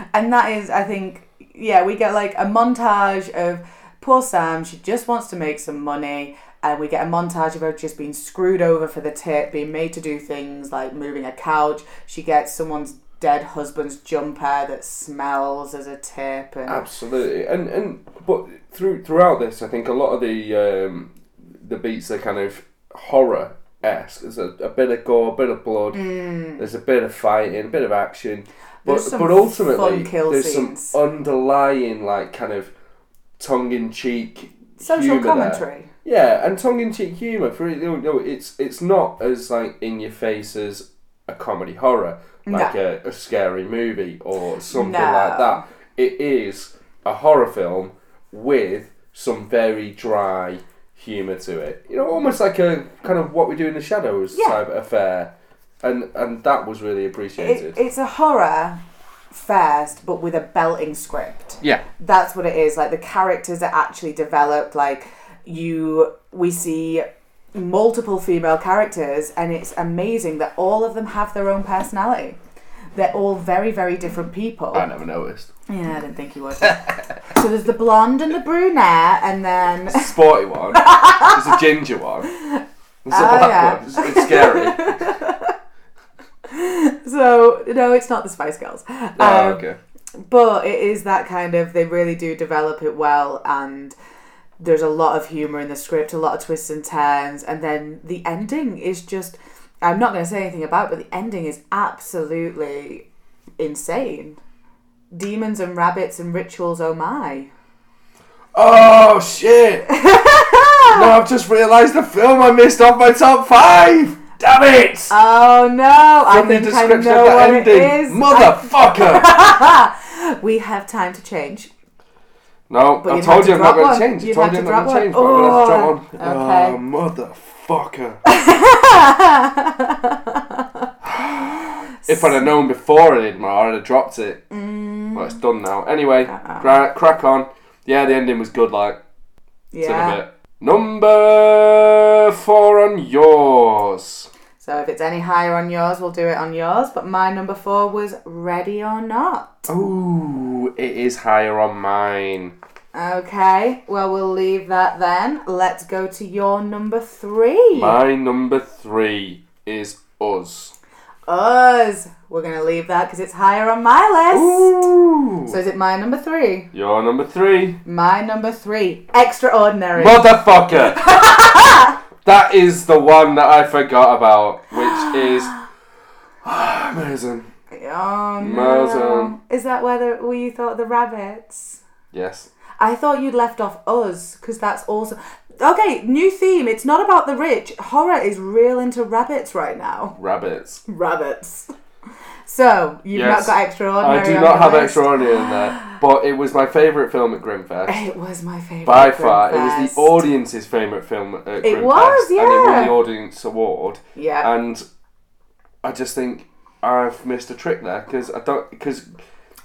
S1: (laughs) and that is, I think, yeah, we get like a montage of poor Sam. She just wants to make some money. And we get a montage of her just being screwed over for the tip, being made to do things like moving a couch. She gets someone's dead husband's jumper that smells as a tip. And
S2: Absolutely, and and but through throughout this, I think a lot of the um, the beats are kind of horror esque. There's a, a bit of gore, a bit of blood. There's a bit of fighting, a bit of action,
S1: Mm.
S2: but
S1: There's some
S2: but ultimately
S1: fun kill
S2: there's
S1: scenes.
S2: some underlying like kind of tongue in cheek
S1: Social
S2: humour there.
S1: commentary.
S2: Yeah, and tongue in cheek humour. For you know, it's it's not as like in your face as a comedy horror, like a, a scary movie or something
S1: No.
S2: like that. It is a horror film with some very dry humour to it. You know, almost like a kind of what we do in the shadows
S1: Yeah.
S2: type affair, and and that was really
S1: It,
S2: appreciated.
S1: it's a horror first, but with a belting script.
S2: yeah,
S1: that's what it is like the characters are actually developed like you we see multiple female characters and it's amazing that all of them have their own personality they're all very very different people
S2: I never noticed.
S1: yeah i didn't think you would (laughs) so there's the blonde and the brunette and then (laughs)
S2: Sporty one. There's a ginger one. There's a black
S1: Oh, yeah.
S2: one. It's,
S1: (laughs)
S2: it's scary.
S1: so no it's not the spice girls
S2: oh,
S1: Um,
S2: okay.
S1: but it is that kind of they really do develop it well and there's a lot of humor in the script a lot of twists and turns and then the ending is just i'm not going to say anything about it, but the ending is absolutely insane demons and rabbits and rituals oh my (laughs)
S2: Oh shit! no, I've just realised the film I missed off my top five. Damn it!
S1: oh no i
S2: From the
S1: think i
S2: description of
S1: know
S2: the
S1: what it is
S2: ending, motherfucker!
S1: (laughs) we have time to change (laughs)
S2: no,
S1: But
S2: I
S1: you'd
S2: told
S1: have
S2: you
S1: to drop
S2: I'm not going
S1: one.
S2: to change. I
S1: You'd
S2: told
S1: have to
S2: you I'm not going to change.
S1: drop
S2: But I'm going to
S1: one.
S2: drop one. Oh, motherfucker! if I'd have known before I did more, I'd have dropped it.
S1: Mm.
S2: Well, it's done now. Anyway, gra- crack on. Yeah, the ending was good. Like. It's in a
S1: yeah
S2: bit. Number four on yours.
S1: so if it's any higher on yours we'll do it on yours but my number four was ready or not
S2: Ooh, it is higher on mine.
S1: Okay, well, we'll leave that then. Let's go to your number three.
S2: My number three is us.
S1: Us. We're going to leave that because it's higher on my list.
S2: Ooh.
S1: So, is it my number three?
S2: You're number three.
S1: My number three. Extraordinary. (laughs)
S2: Motherfucker! that is the one that I forgot about, which is amazing.
S1: Oh,
S2: Amazing.
S1: no. Is that where, the, where you thought the rabbits?
S2: Yes.
S1: I thought you'd left off us because that's also. Okay, new theme. It's not about the rich. Horror is real into rabbits right now. (laughs)
S2: Rabbits.
S1: Rabbits. So, you've
S2: Yes.
S1: not got extraordinary.
S2: I do
S1: on
S2: not
S1: your
S2: have
S1: list.
S2: extraordinary in there, but it was my favourite film at Grimfest.
S1: (laughs) It was my favorite.
S2: By far, it was
S1: Grimfest.
S2: the audience's favourite film at It
S1: was,
S2: And it won
S1: yeah.
S2: the audience award.
S1: Yeah.
S2: And I just think I've missed a trick there because I don't because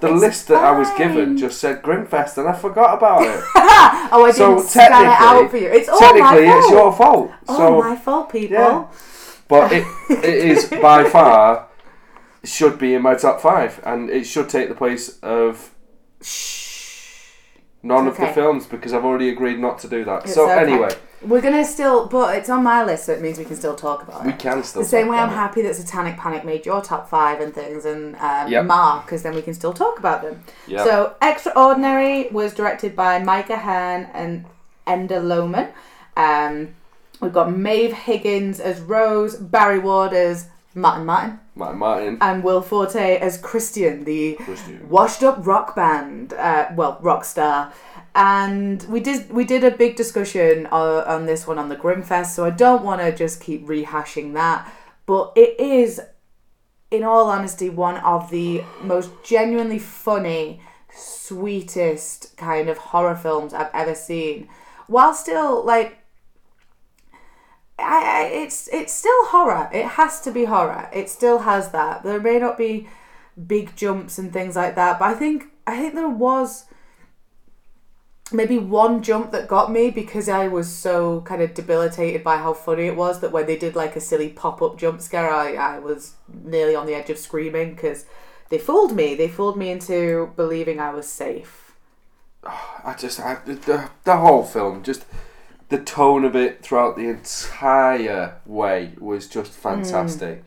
S2: the
S1: It's
S2: list that I was given
S1: fine.
S2: just said Grimfest and I forgot
S1: (laughs)
S2: about it.
S1: oh, I
S2: so
S1: didn't scan it out for
S2: technically,
S1: you. It's all my fault.
S2: technically it's your fault.
S1: All
S2: so,
S1: my fault, people.
S2: yeah. but it it is
S1: (laughs)
S2: by far should be in my top five and it should take the place of
S1: Shh.
S2: none
S1: It's
S2: of the
S1: okay.
S2: films because I've already agreed not to do that.
S1: It's
S2: so
S1: okay.
S2: anyway,
S1: we're gonna still, but it's on my list, so it means we can still talk about
S2: we
S1: it.
S2: can still
S1: The same
S2: talk
S1: way
S2: about
S1: I'm
S2: it.
S1: happy that Satanic Panic made your top five and things, and um,
S2: Yep.
S1: Mark, because then we can still talk about them.
S2: Yeah.
S1: So, Extraordinary was directed by Micah Hearn and Enda Lohman. Um, we've got Maeve Higgins as Rose, Barry Ward as Martin Martin.
S2: Martin Martin.
S1: and Will Forte as Christian, the
S2: Christian.
S1: washed up rock band, uh, well, rock star. And we did we did a big discussion uh, on this one on the Grimfest, so I don't want to just keep rehashing that. But it is, in all honesty, one of the most genuinely funny, sweetest kind of horror films I've ever seen. While still like I, I, it's it's still horror. It has to be horror. It still has that. There may not be big jumps and things like that, but I think I think there was maybe one jump that got me because I was so kind of debilitated by how funny it was that when they did like a silly pop up jump scare, I I was nearly on the edge of screaming because they fooled me. They fooled me into believing I was safe.
S2: I just I, the- the, the whole film, just the tone of it throughout the entire way was just
S1: Hmm.
S2: fantastic.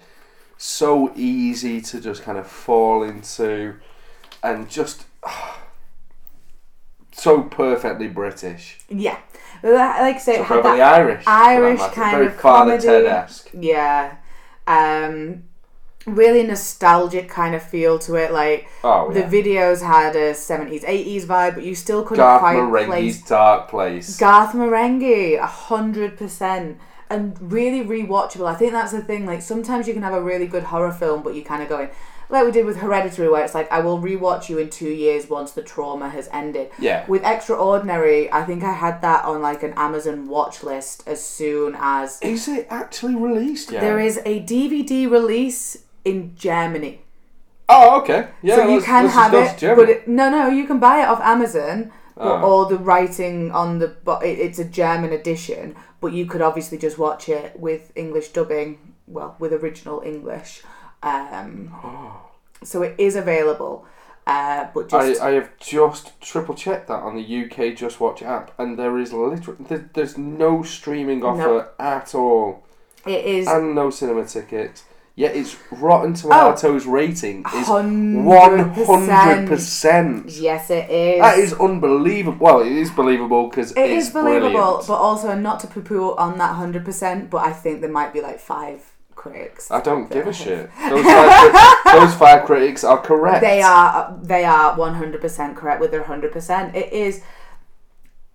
S2: So easy to just kind of fall into, and just (sighs) so perfectly British,
S1: Yeah, like I say, it
S2: so
S1: had
S2: perfectly
S1: that
S2: Irish, for that
S1: Irish
S2: matter.
S1: kind
S2: very
S1: of
S2: Father
S1: comedy.
S2: Ted-esque.
S1: Yeah. Um, really nostalgic kind of feel to it. Like
S2: Oh,
S1: the
S2: yeah.
S1: videos had a seventies, eighties vibe, but you still couldn't
S2: Garth
S1: quite
S2: Marenghi's
S1: place
S2: Dark Place.
S1: Garth Marenghi, a hundred percent. And really rewatchable. I think that's the thing. Like sometimes you can have a really good horror film, but you kind of going like we did with Hereditary, where it's like I will rewatch you in two years once the trauma has ended.
S2: Yeah.
S1: With Extraordinary, I think I had that on like an Amazon watch list as soon as
S2: Is it actually released yet?
S1: there is a DVD release in Germany.
S2: Oh, okay. Yeah,
S1: So you
S2: let's-
S1: can
S2: let's
S1: have
S2: discuss
S1: it,
S2: Germany.
S1: but it, no, no, you can buy it off Amazon.
S2: Oh.
S1: But all the writing on the bo- it, it's a German edition, but you could obviously just watch it with English dubbing, well, with original English. Um, so it is available, uh, but
S2: Oh. I,
S1: just
S2: I have just triple checked that on the UK Just Watch app, and there is literally there, there's no streaming offer at all,
S1: it is
S2: and no cinema tickets. Yet its Rotten
S1: Oh.
S2: Tomatoes rating is one
S1: 100%.
S2: hundred percent.
S1: yes, it is.
S2: That is unbelievable. Well, it is believable because
S1: It is believable,
S2: Brilliant.
S1: but also not to poo-poo on that hundred percent. But I think there might be like five critics.
S2: I don't give a shit. Those five,
S1: (laughs)
S2: cri- those five critics are correct.
S1: They are they are one hundred percent correct with their hundred percent. It is.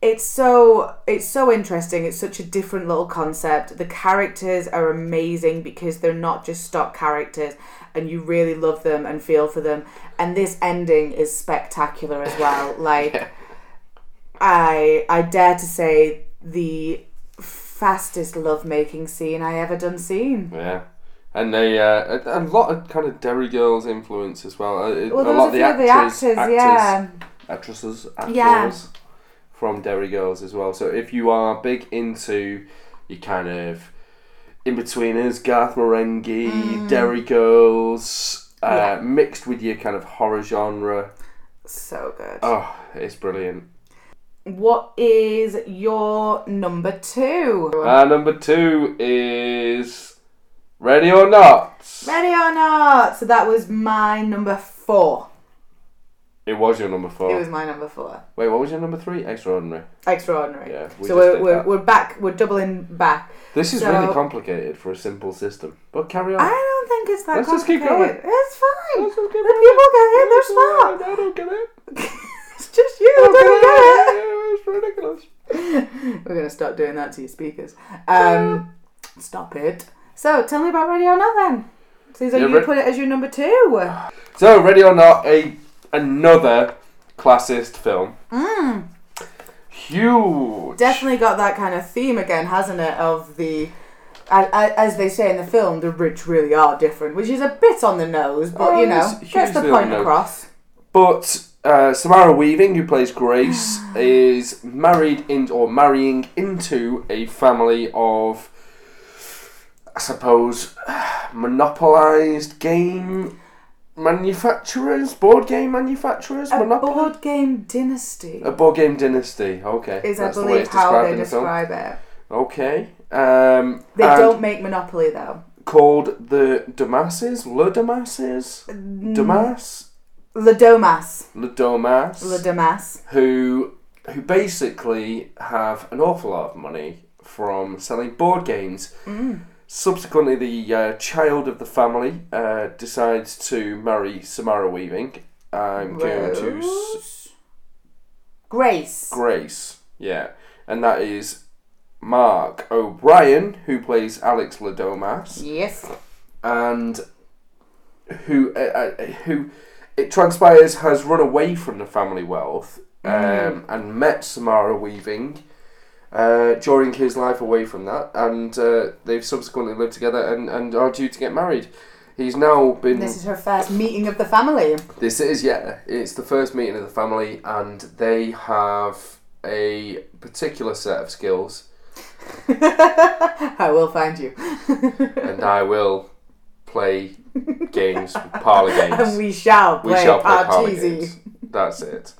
S1: It's so it's so interesting. It's such a different little concept. The characters are amazing because they're not just stock characters, and you really love them and feel for them. And this ending is spectacular as (laughs) well. Like. I I dare to say the fastest lovemaking scene I ever done seen.
S2: Yeah, and they uh, a, a lot of kind of Derry girls influence as well. Uh, A,
S1: Well, there
S2: a lot
S1: was a few of the actors, yeah.
S2: actresses, actors
S1: Yeah.
S2: from Derry girls as well. So if you are big into your kind of in betweeners, Garth Marenghi,
S1: Mm.
S2: Derry girls, uh, mixed with your kind of horror genre,
S1: So good.
S2: oh, it's brilliant.
S1: What is your number two?
S2: Uh, number two is Ready or Not.
S1: Ready or not? So that was my number four.
S2: It was your number four.
S1: It was my number four.
S2: Wait, what was your number three? Extraordinary.
S1: Extraordinary.
S2: Yeah, we
S1: so
S2: just
S1: we're,
S2: did
S1: we're,
S2: that.
S1: we're back. We're doubling back.
S2: This is
S1: So-
S2: really complicated for a simple system. But carry on.
S1: I don't think it's that
S2: Oh. Let's just keep
S1: complicated.
S2: going.
S1: It's fine.
S2: Let's just keep
S1: the people get hit. They're smart.
S2: I don't get it.
S1: (laughs) It's just you. that Don't get it.
S2: It's ridiculous.
S1: We're gonna stop doing that to your speakers. Um, stop it. So tell me about Ready or Not then. Seems like
S2: Yeah,
S1: you
S2: Re-
S1: put it as your number two.
S2: (sighs) So, Ready or Not, a another classist film.
S1: Mm,
S2: Huge.
S1: definitely got that kind of theme again, hasn't it? Of the, I, I, as they say in the film, the rich really are different, which is a bit on the nose, but
S2: Oh,
S1: you know,
S2: it's
S1: gets the
S2: hugely on
S1: point
S2: the nose.
S1: across.
S2: But uh, Samara Weaving, who
S1: (sighs)
S2: plays Grace, is married in or marrying into a family of, I suppose, (sighs) monopolised game manufacturers, board game manufacturers,
S1: A
S2: monopoly.
S1: board game dynasty
S2: A board game dynasty. Okay,
S1: is, I
S2: that's the way
S1: believe,
S2: it's
S1: how
S2: described
S1: they
S2: in the film.
S1: describe it.
S2: Okay. Um,
S1: They
S2: and
S1: don't make Monopoly though.
S2: called the Damases, Le Damases,
S1: Mm,
S2: Damas,
S1: Ladomas,
S2: Le Domas.
S1: Ladomas.
S2: who who basically have an awful lot of money from selling board games. Subsequently, the uh, child of the family uh, decides to marry Samara Weaving. I'm going to s-
S1: Rose? Grace.
S2: Grace, yeah, and that is Mark O'Brien, who plays Alex Ladomas.
S1: Yes.
S2: and who uh, uh, who it transpires has run away from the family wealth um,
S1: Mm.
S2: and met Samara Weaving uh, during his life away from that, and uh, they've subsequently lived together and, and are due to get married. He's now been.
S1: This is her first meeting of the family. (laughs)
S2: This is yeah. It's the first meeting of the family, and they have a particular set of skills,
S1: I will find you. (laughs)
S2: and I will play games, parlor games.
S1: And we shall
S2: We
S1: play,
S2: shall play
S1: our
S2: parlor
S1: cheesy.
S2: games. That's it.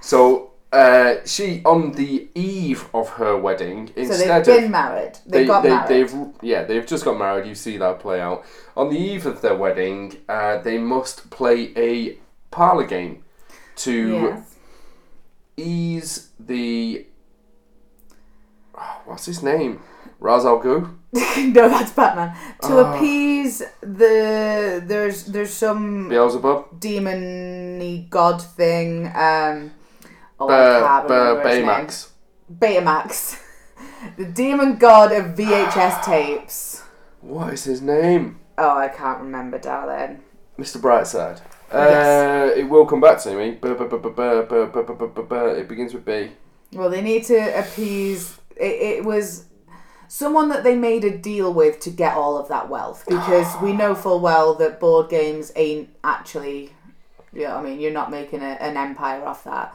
S2: So uh, she, on the eve of her wedding,
S1: So they've
S2: instead
S1: been
S2: of
S1: married. They, got married.
S2: they've yeah they've just got married. You see that play out on the eve of their wedding. Uh, they must play a parlor game to
S1: Yes.
S2: ease the oh, ah, what's his name Raz Al Ghul.
S1: (laughs) no, that's Batman. To
S2: Ah.
S1: appease the there's there's some
S2: Beelzebub.
S1: demony god thing. Um, oh, I
S2: Ba-
S1: can't
S2: Ba-
S1: remember his name.
S2: Baymax.
S1: Betamax, (laughs) the demon god of VHS tapes.
S2: What is his name?
S1: Oh, I can't remember, darling.
S2: Mr. Brightside. Uh,
S1: Yes.
S2: it will come back to me. Ba- ba- ba- ba- ba- ba- ba- ba- ba- ba- ba- It begins with B.
S1: Well, they need to appease. It, it was someone that they made a deal with to get all of that wealth because we know full well that board games ain't actually. You know, what I mean, you're not making a, an empire off that.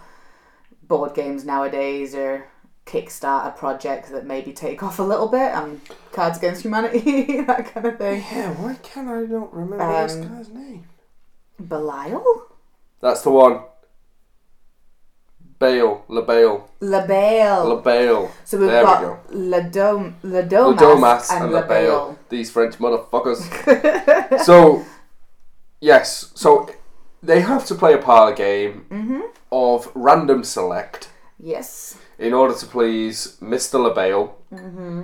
S1: Board games nowadays are Kickstarter projects that maybe take off a little bit, and Cards Against Humanity, (laughs) that kind of thing.
S2: Yeah, why can I not remember
S1: Um,
S2: guy's name?
S1: Belial?
S2: That's the one. Bale. LaBale.
S1: LaBelle.
S2: LaBale.
S1: So we've
S2: there
S1: got
S2: we go.
S1: Ladom, Ladomas,
S2: Domas
S1: and,
S2: and
S1: La
S2: LaBale.
S1: Bale.
S2: These French motherfuckers.
S1: (laughs)
S2: so, yes. So, they have to play a parlor game
S1: Mm-hmm.
S2: of random select.
S1: Yes.
S2: in order to please Mr. LaBelle,
S1: Mm-hmm.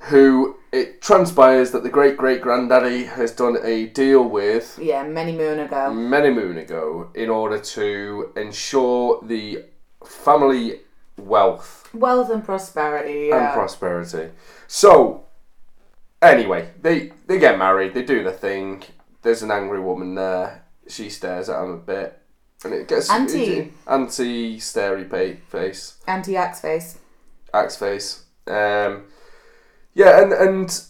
S2: who it transpires that the great great granddaddy has done a deal with
S1: Yeah, many moon ago.
S2: many moon ago in order to ensure the family wealth
S1: Wealth and prosperity. uh,
S2: and
S1: yeah.
S2: prosperity. So, anyway, they they get married, they do the thing. There's an angry woman there. She stares at him a bit, and it gets
S1: Auntie.
S2: anti starey pa- face.
S1: Anti-axe face.
S2: axe face. Um, yeah, and and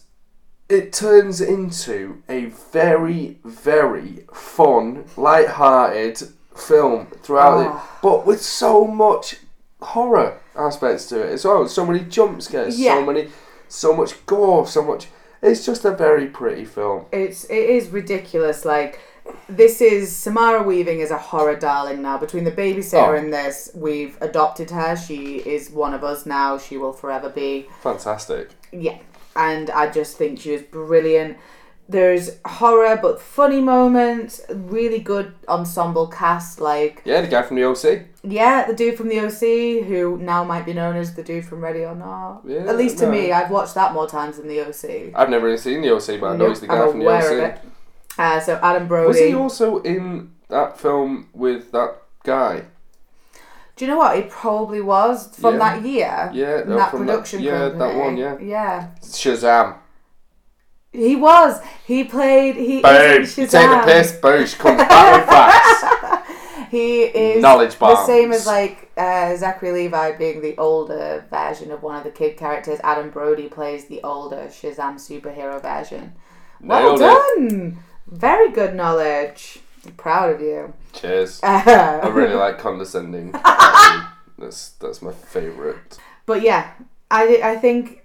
S2: it turns into a very very fun, light-hearted film
S1: Ah.
S2: throughout it, but with so much horror aspects to it as well. So many jump scares,
S1: Yeah.
S2: so many, so much gore, so much. It's just a very pretty film.
S1: It's it is ridiculous. Like this is Samara Weaving is a horror darling now. Between the babysitter
S2: Oh.
S1: and this, we've adopted her. She is one of us now. She will forever be.
S2: Fantastic.
S1: Yeah, and I just think she was brilliant. There's horror but funny moments. Really good ensemble cast. Like
S2: Yeah, the guy from the OC.
S1: Yeah, the dude from the OC, who now might be known as the dude from Ready or Not.
S2: Yeah,
S1: At least to
S2: no.
S1: me, I've watched that more times than the OC.
S2: I've never really seen the OC, but I know he's the guy
S1: I'm
S2: from the
S1: aware
S2: OC.
S1: of it. Uh, so Adam Brody.
S2: Was he also in that film with that guy?
S1: Do you know what? He probably was from
S2: Yeah.
S1: that year.
S2: Yeah,
S1: from
S2: no,
S1: that
S2: from that-
S1: production
S2: yeah, that
S1: company.
S2: one, yeah.
S1: Yeah,
S2: Shazam.
S1: he was. He played. He
S2: Boom.
S1: is
S2: You take the
S1: Shazam.
S2: piss, boom. She comes back with facts.
S1: He is
S2: Knowledge
S1: the same
S2: bombs.
S1: as like uh, Zachary Levi being the older version of one of the kid characters. Adam Brody plays the older Shazam superhero version. Well
S2: Nailed it.
S1: done. Very good knowledge. I'm proud of you. (laughs)
S2: Cheers. I
S1: but
S2: really like
S1: (laughs)
S2: condescending. Um, that's that's my favourite.
S1: yeah, I, I think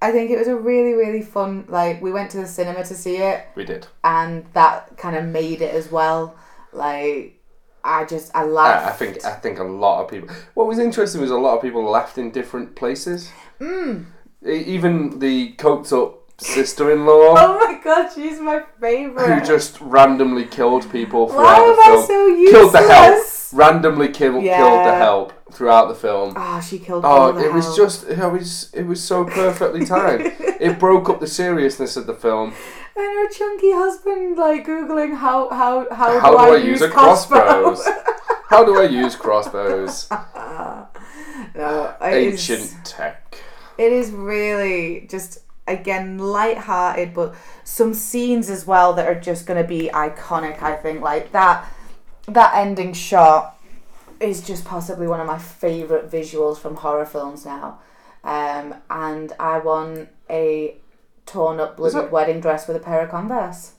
S1: I think it was a really really fun. Like we went to the cinema to see it,
S2: We did.
S1: and that kind of made it as well. Like I just I
S2: I,
S1: laughed.
S2: I think I think a lot of people. What was interesting was a lot of people laughed in different places.
S1: Mm.
S2: E- Even the coked up sister-in-law
S1: Oh my god, she's my favorite.
S2: who just randomly killed people throughout
S1: Oh, Why am
S2: the
S1: I
S2: film.
S1: so useless?
S2: killed the help. Randomly killed killed the
S1: Yeah.
S2: help throughout the film.
S1: Oh, she killed. all
S2: Oh,
S1: the
S2: it was
S1: help.
S2: just it was it was so
S1: (laughs)
S2: perfectly timed. it broke up the seriousness of the film.
S1: And her chunky husband, like googling how how how,
S2: How
S1: do, I, use
S2: a
S1: crossbow?
S2: crossbows? How do I use crossbows?
S1: (laughs) no, it is-
S2: Ancient tech.
S1: It is really just again light-hearted, but some scenes as well that are just going to be iconic. I think like that that ending shot is just possibly one of my favorite visuals from horror films now. Um, and I want a torn up bloody
S2: that-
S1: wedding dress with a pair of Converse.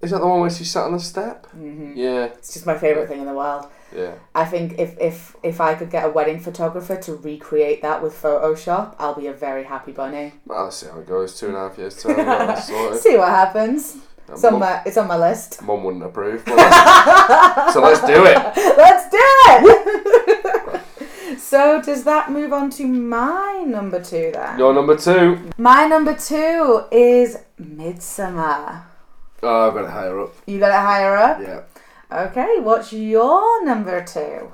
S2: Is that the one where she sat on the step? Mm-hmm. Yeah,
S1: It's just my favorite thing in the world.
S2: yeah.
S1: I think if, if if I could get a wedding photographer to recreate that with Photoshop, I'll be a very happy bunny.
S2: Well, let's see how it goes. Two and a half years time. we'll
S1: (laughs)
S2: have that sorted.
S1: See what happens. It's on
S2: Mum-
S1: my it's on my list. (laughs)
S2: Mum wouldn't approve. but let's- so let's do it.
S1: Let's do it. (laughs) so does that move on to my number two then?
S2: Your number two.
S1: My number two is Midsummer.
S2: Oh, I've got it higher up.
S1: You got it higher up.
S2: Yeah.
S1: Okay, what's your number two?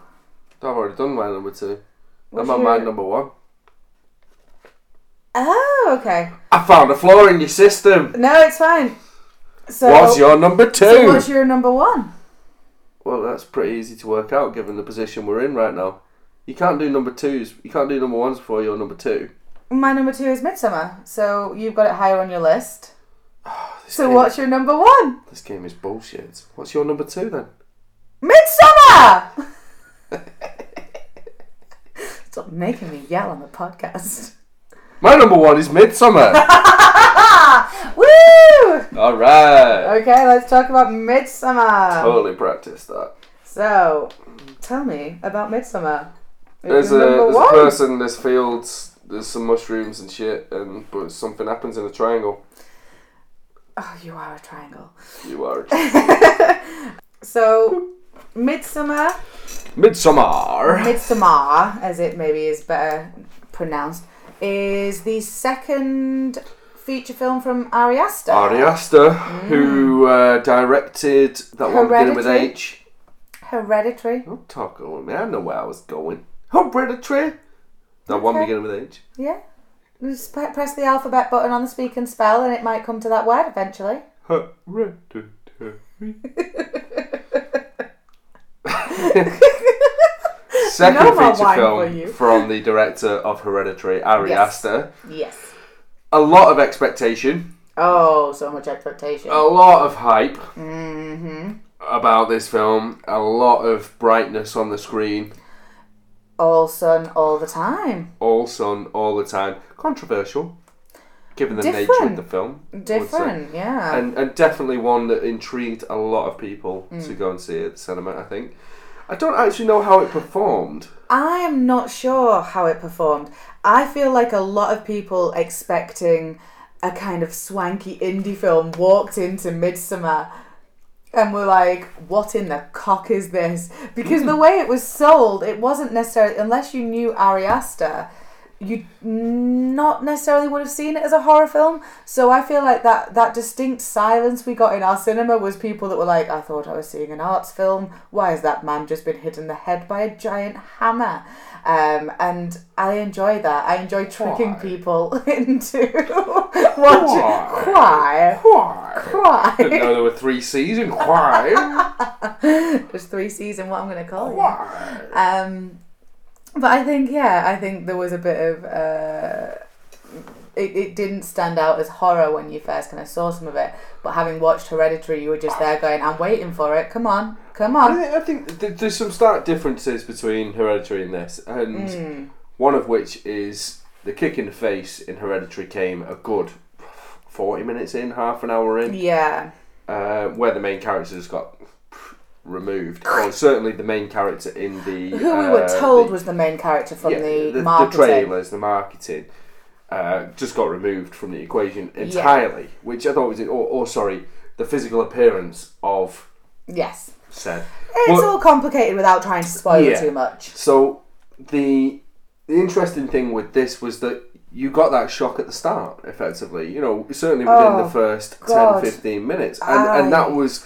S2: I've already done my number two.
S1: What's
S2: I'm on
S1: your-
S2: my number one.
S1: Oh, okay.
S2: I found a flaw in your system.
S1: No, it's fine. So,
S2: What's your number two?
S1: so what's your number one?
S2: Well, that's pretty easy to work out given the position we're in right now. You can't do number twos. You can't do number ones before you're number two.
S1: My number two is Midsummer. So you've got it higher on your list.
S2: This
S1: So
S2: game,
S1: what's your number one?
S2: This game is bullshit. What's your number two then?
S1: Midsummer. Stop making me yell on the podcast.
S2: My number one is Midsummer.
S1: (laughs) Woo!
S2: All right.
S1: Okay, let's talk about Midsummer.
S2: Totally practiced that.
S1: So, tell me about Midsummer.
S2: There's a there's a person. There's fields. There's some mushrooms and shit. And but something happens in a triangle.
S1: Oh, you are a triangle.
S2: You are
S1: (laughs) So, Midsummer,
S2: Midsummer.
S1: Midsummer, as it maybe is better pronounced, is the second feature film from Ari Aster.
S2: Ari Aster, who uh, directed that one beginning with
S1: Mm. Hereditary.
S2: H.
S1: Hereditary.
S2: Don't talk over me. I know where I was going. Hereditary. That one
S1: Okay.
S2: beginning with H.
S1: Yeah. Just p- press the alphabet button on the speak and spell, and it might come to that word
S2: (laughs)
S1: eventually.
S2: Hereditary. Second
S1: No more
S2: feature
S1: wine for
S2: film
S1: you.
S2: from the director of Hereditary, Ari
S1: Yes.
S2: Aster.
S1: Yes.
S2: A lot of expectation,
S1: Oh, so much expectation.
S2: a lot of hype
S1: Mm-hmm.
S2: about this film, a lot of brightness on the screen,
S1: All sun, all the time.
S2: all sun, all the time. Controversial, given the nature of
S1: Different.
S2: the film. I would say.
S1: Different, yeah.
S2: and and definitely one that intrigued a lot of people to
S1: Mm.
S2: go and see it at the cinema. I think. I don't actually know how it performed.
S1: I am not sure how it performed. I feel like a lot of people expecting a kind of swanky indie film walked into Midsummer and were like, what in the cock is this? Because the way it was sold, it wasn't necessarily, unless you knew Ari Aster, you not necessarily would have seen it as a horror film. So I feel like that, that distinct silence we got in our cinema was people that were like, I thought I was seeing an arts film. Why has that man just been hit in the head by a giant hammer? Um, and I enjoy that. I enjoy tricking
S2: Why?
S1: people (laughs) into watching. Why?
S2: Why?
S1: Why?
S2: no, there were three C's
S1: (laughs)
S2: in why.
S1: There's three C's in what I'm going to call you.
S2: Why?
S1: Um, but I think, yeah, I think there was a bit of. Uh, it, it didn't stand out as horror when you first kind of saw some of it, but having watched Hereditary, you were just there going, I'm waiting for it. Come on, come
S2: I
S1: on.
S2: think, I think th- there's some stark differences between Hereditary and this, and
S1: Mm.
S2: one of which is the kick in the face in Hereditary came a good forty minutes in, half an hour in.
S1: Yeah.
S2: uh, where the main character just got removed, or certainly the main character in the
S1: Who we
S2: uh,
S1: were told
S2: the-
S1: was the main character from
S2: yeah,
S1: the,
S2: the,
S1: marketing.
S2: trailers, the marketing, uh, just got removed from the equation entirely, which I thought was or, or sorry, the physical appearance of
S1: Yes.
S2: said.
S1: It's
S2: Well-
S1: all complicated without trying to spoil
S2: Yeah.
S1: it too much.
S2: So the the interesting thing with this was that you got that shock at the start, effectively. You know, certainly within
S1: Oh,
S2: the first
S1: God.
S2: 10, 15 minutes, and and
S1: I-
S2: that was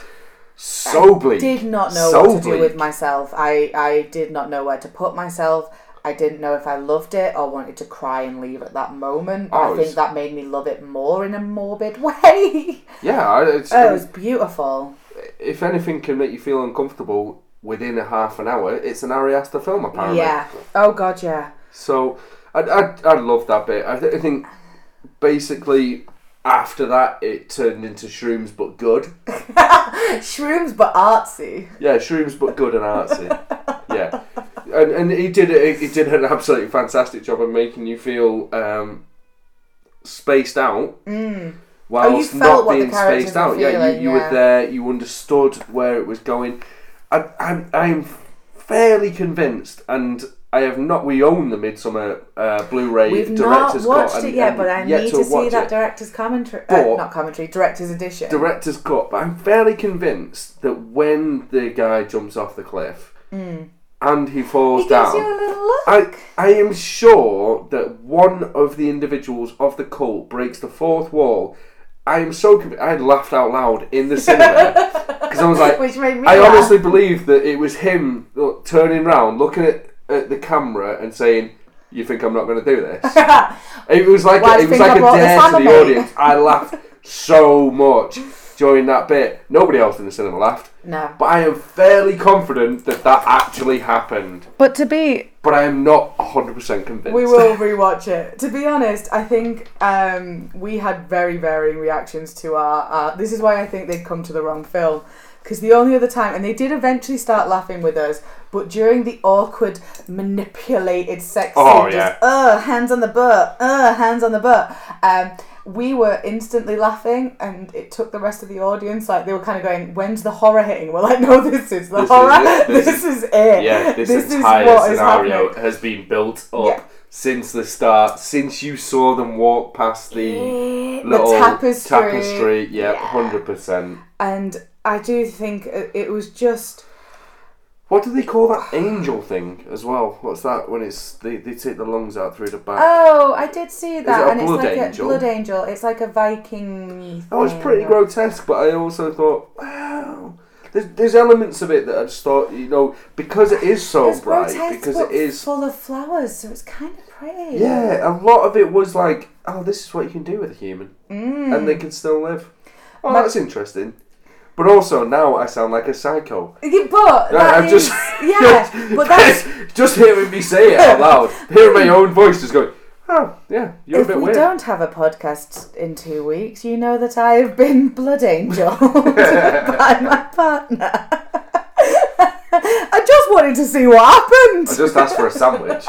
S2: so bleak.
S1: did not know
S2: so
S1: what to do
S2: bleak.
S1: with myself. I, I did not know where to put myself. I didn't know if I loved it or wanted to cry and leave at that moment.
S2: Oh,
S1: I
S2: it's-
S1: think that made me love it more in a morbid (laughs) way.
S2: Yeah, I- it's,
S1: it was beautiful.
S2: if anything can make you feel uncomfortable within a half an hour, it's an Ari Aster film apparently.
S1: Yeah. Oh god, yeah.
S2: So I I, I love that bit. I, th- I think basically after that it turned into shrooms but good.
S1: Shrooms, but artsy.
S2: Yeah, shrooms but good and artsy. yeah. And, and he did it. He did an absolutely fantastic job of making you feel um, spaced out, whilst
S1: Mm. Oh, felt
S2: not
S1: what the
S2: being
S1: characters
S2: spaced
S1: were
S2: out. yeah, you,
S1: feeling,
S2: you
S1: yeah.
S2: were there. You understood where it was going. I, I'm, I'm fairly convinced, and I have not. We own the Midsummer uh, Blu-ray.
S1: We've not
S2: director's
S1: watched
S2: cut, and-
S1: it yet,
S2: and
S1: but I
S2: yet
S1: need
S2: to
S1: to, see
S2: watch
S1: that
S2: it
S1: director's commentary.
S2: But-
S1: uh, not commentary, director's edition.
S2: director's cut, but I'm fairly convinced that when the guy jumps off the cliff and he falls
S1: Mm. he gives
S2: down,
S1: you a little look.
S2: I I am sure that one of the individuals of the cult breaks the fourth wall. I am so conv- I laughed out loud in the
S1: (laughs)
S2: cinema because I was like,
S1: Which made me
S2: I
S1: laugh.
S2: honestly uh, believe that it was him look, turning round, looking at, at the camera and saying, you think I'm not going to do this?
S1: (laughs)
S3: yeah,
S2: It was like
S3: Why do
S2: a,
S3: you
S2: it was
S3: think I
S2: like a
S3: brought
S2: dare
S3: this
S2: to the
S3: anime?
S2: audience. I laughed so much during that bit. Nobody else in the cinema laughed,
S3: no.
S2: but I am fairly confident that that actually happened.
S3: But to be
S2: But I am not 100% convinced.
S1: We will rewatch it. To be honest, I think um, we had very varying reactions to our. Uh, this is why I think they'd come to the wrong film. Because the only other time, and they did eventually start laughing with us, but during the awkward, manipulated sex
S2: Oh,
S1: scene,
S2: yeah.
S1: just, uh, hands on the butt, uh, hands on the butt, um, we were instantly laughing, and it took the rest of the audience, like, they were kind of going, when's the horror hitting? We're like, no, this is the
S2: This is
S1: horror.
S2: it. This
S1: (laughs) This,
S2: is-
S1: is, it.
S2: (laughs) Yeah, this,
S1: This is
S2: entire
S1: what is
S2: scenario
S1: happening.
S2: has been built up
S1: Yeah.
S2: since the start, since you saw them walk past the little
S1: tapestry.
S2: tapestry. Yeah,
S1: Yeah.
S2: 100%.
S1: and I do think it it was just
S2: What do they call that angel thing as well? What's that when it's they, they take the lungs out through the back?
S1: oh I did see
S2: Uh, it
S1: that
S2: a
S1: and it's
S2: blood
S1: like
S2: angel?
S1: a blood angel it's like a Viking
S2: That was pretty grotesque, but I also thought, wow, there's, there's elements of it that I just thought, you know, because it is so
S1: it's
S2: bright,
S1: grotesque,
S2: because
S1: but
S2: it is,
S1: full of flowers so it's kind of pretty
S2: yeah, a lot of it was like, oh, this is what you can do with a human, mm. and they
S1: Hmm.
S2: can still live. Oh,
S1: Ma-
S2: that's interesting. But also now I sound like a psycho.
S1: Yeah, but
S2: I-
S1: that
S2: (laughs) I'm
S1: is-
S2: just
S1: yeah but that's
S2: just hearing me say it out
S1: (laughs)
S2: loud, hearing my own voice, just going, oh yeah, (laughs) you're
S1: if
S2: a bit
S1: we
S2: weird.
S1: don't have a podcast in two weeks you know that I have been blood
S2: (laughs)
S1: angel (laughs) by my partner (laughs) I just wanted to see what happened
S2: I just asked for
S1: (laughs)
S2: a sandwich.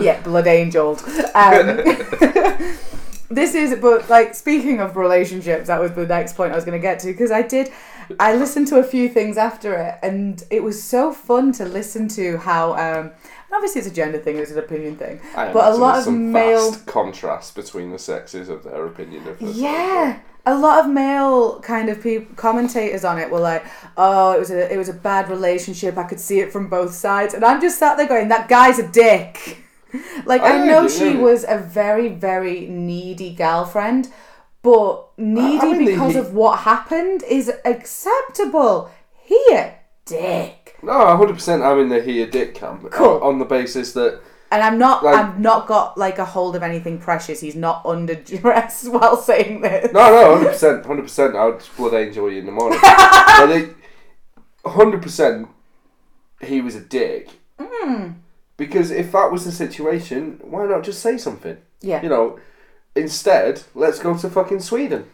S1: yeah, blood angeled. Um, (laughs) this is, but like speaking of relationships, that was the next point I was going to get to because I did, I listened to a few things after it, and it was so fun to listen to how. Um, and obviously, it's a gender thing; it's an opinion thing.
S2: I
S1: But a
S2: imagine
S1: lot
S2: there's
S1: of
S2: some
S1: male-
S2: vast contrast between the sexes of their opinion of this.
S1: Yeah. A lot of male kind of peop commentators on it were like, "Oh, it was a it was a bad relationship. I could see it from both sides." And I'm just sat there going, "That guy's a dick." (laughs) like I,
S2: I
S1: know
S2: agree,
S1: she
S2: Oh, yeah.
S1: was a very very needy girlfriend, but needy
S2: mean, the-
S1: because of what happened is acceptable. He a dick,
S2: No, hundred percent. I'm in the he a dick camp. uh,
S1: Cool.
S2: On the basis that
S1: and I'm not.
S2: Like-
S1: I've not got like a hold of anything precious. He's not under (laughs) duress while saying this.
S2: no, no, hundred percent, hundred percent. I would blood angel you in the
S1: (laughs)
S2: morning. but hundred percent, he was a dick. Mm.
S1: Hmm.
S2: Because if that was the situation, why not just say something?
S1: Yeah.
S2: You know, instead, let's go to fucking Sweden.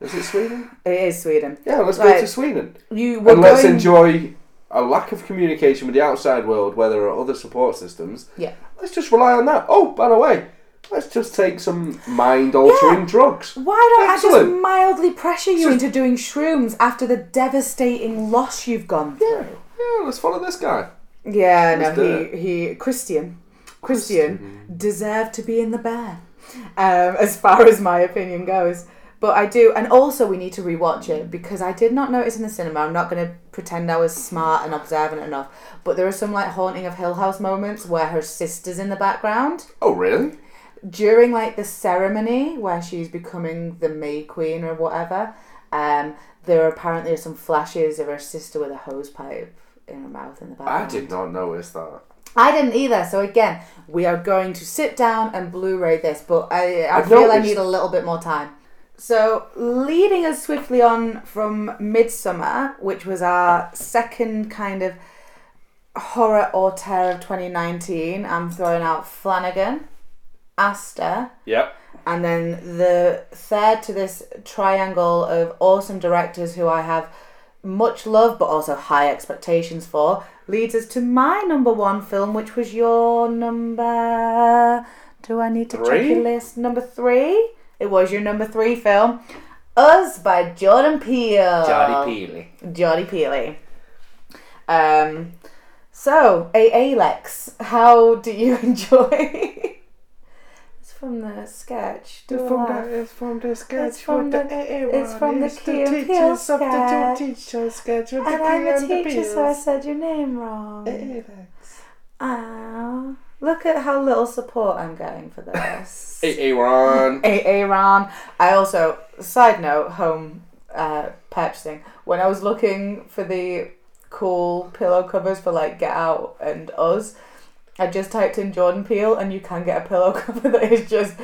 S2: Is it Sweden?
S1: It is Sweden.
S2: Yeah, let's go
S1: Right.
S2: to Sweden.
S1: You were
S2: and let's
S1: going-
S2: enjoy a lack of communication with the outside world where there are other support systems.
S1: Yeah.
S2: Let's just rely on that. Oh, by the way, let's just take some mind altering drugs.
S1: Why don't I
S2: Excellent.
S1: just mildly pressure you
S2: Just-
S1: into doing shrooms after the devastating loss you've gone through?
S2: Yeah, yeah, let's follow this guy.
S1: Yeah,
S2: Let's
S1: no,
S2: do
S1: he, he Christian Christian deserved to be in the bear, um, as far as my opinion goes. But I do, and also we need to rewatch it because I did not notice in the cinema. I'm not going to pretend I was smart and observant enough, but there are some like haunting of Hill House moments where her sister's in the background
S2: Oh, really?
S1: during like the ceremony where she's becoming the May Queen or whatever, um, there apparently are some flashes of her sister with a hose pipe in her mouth in the
S2: I
S1: background.
S2: did not notice that.
S1: I didn't either. So again, we are going to sit down and Blu-ray this, but I, I
S2: I've
S1: feel I
S2: noticed-
S1: need a little bit more time. So leading us swiftly on from Midsummer, which was our second kind of horror or terror of 2019, I'm throwing out Flanagan, Asta,
S2: Yep.
S1: and then the third to this triangle of awesome directors who I have much love but also high expectations for leads us to my number one film, which was your number. Do I need to check
S2: Three?
S1: your list? Number three? It was your number three film. Us by Jordan Peele.
S2: Peely.
S1: Jordy Peely. Um, so, A. Alex, how do you (laughs) enjoy? it's from the sketch. Do a laugh.
S2: It's from the
S1: It's from what the the- it's from the Key and Peele sketch. And I'm a teacher, so I said your name wrong. Ow. Look at how little support I'm getting for
S2: (laughs)
S1: this. (laughs)
S2: Aaron.
S1: AA Ron. I also, side note, home uh, purchasing. When I was looking for the cool pillow covers for like Get Out and Us, I just typed in Jordan Peele, and you can get a pillow (laughs) cover that is just,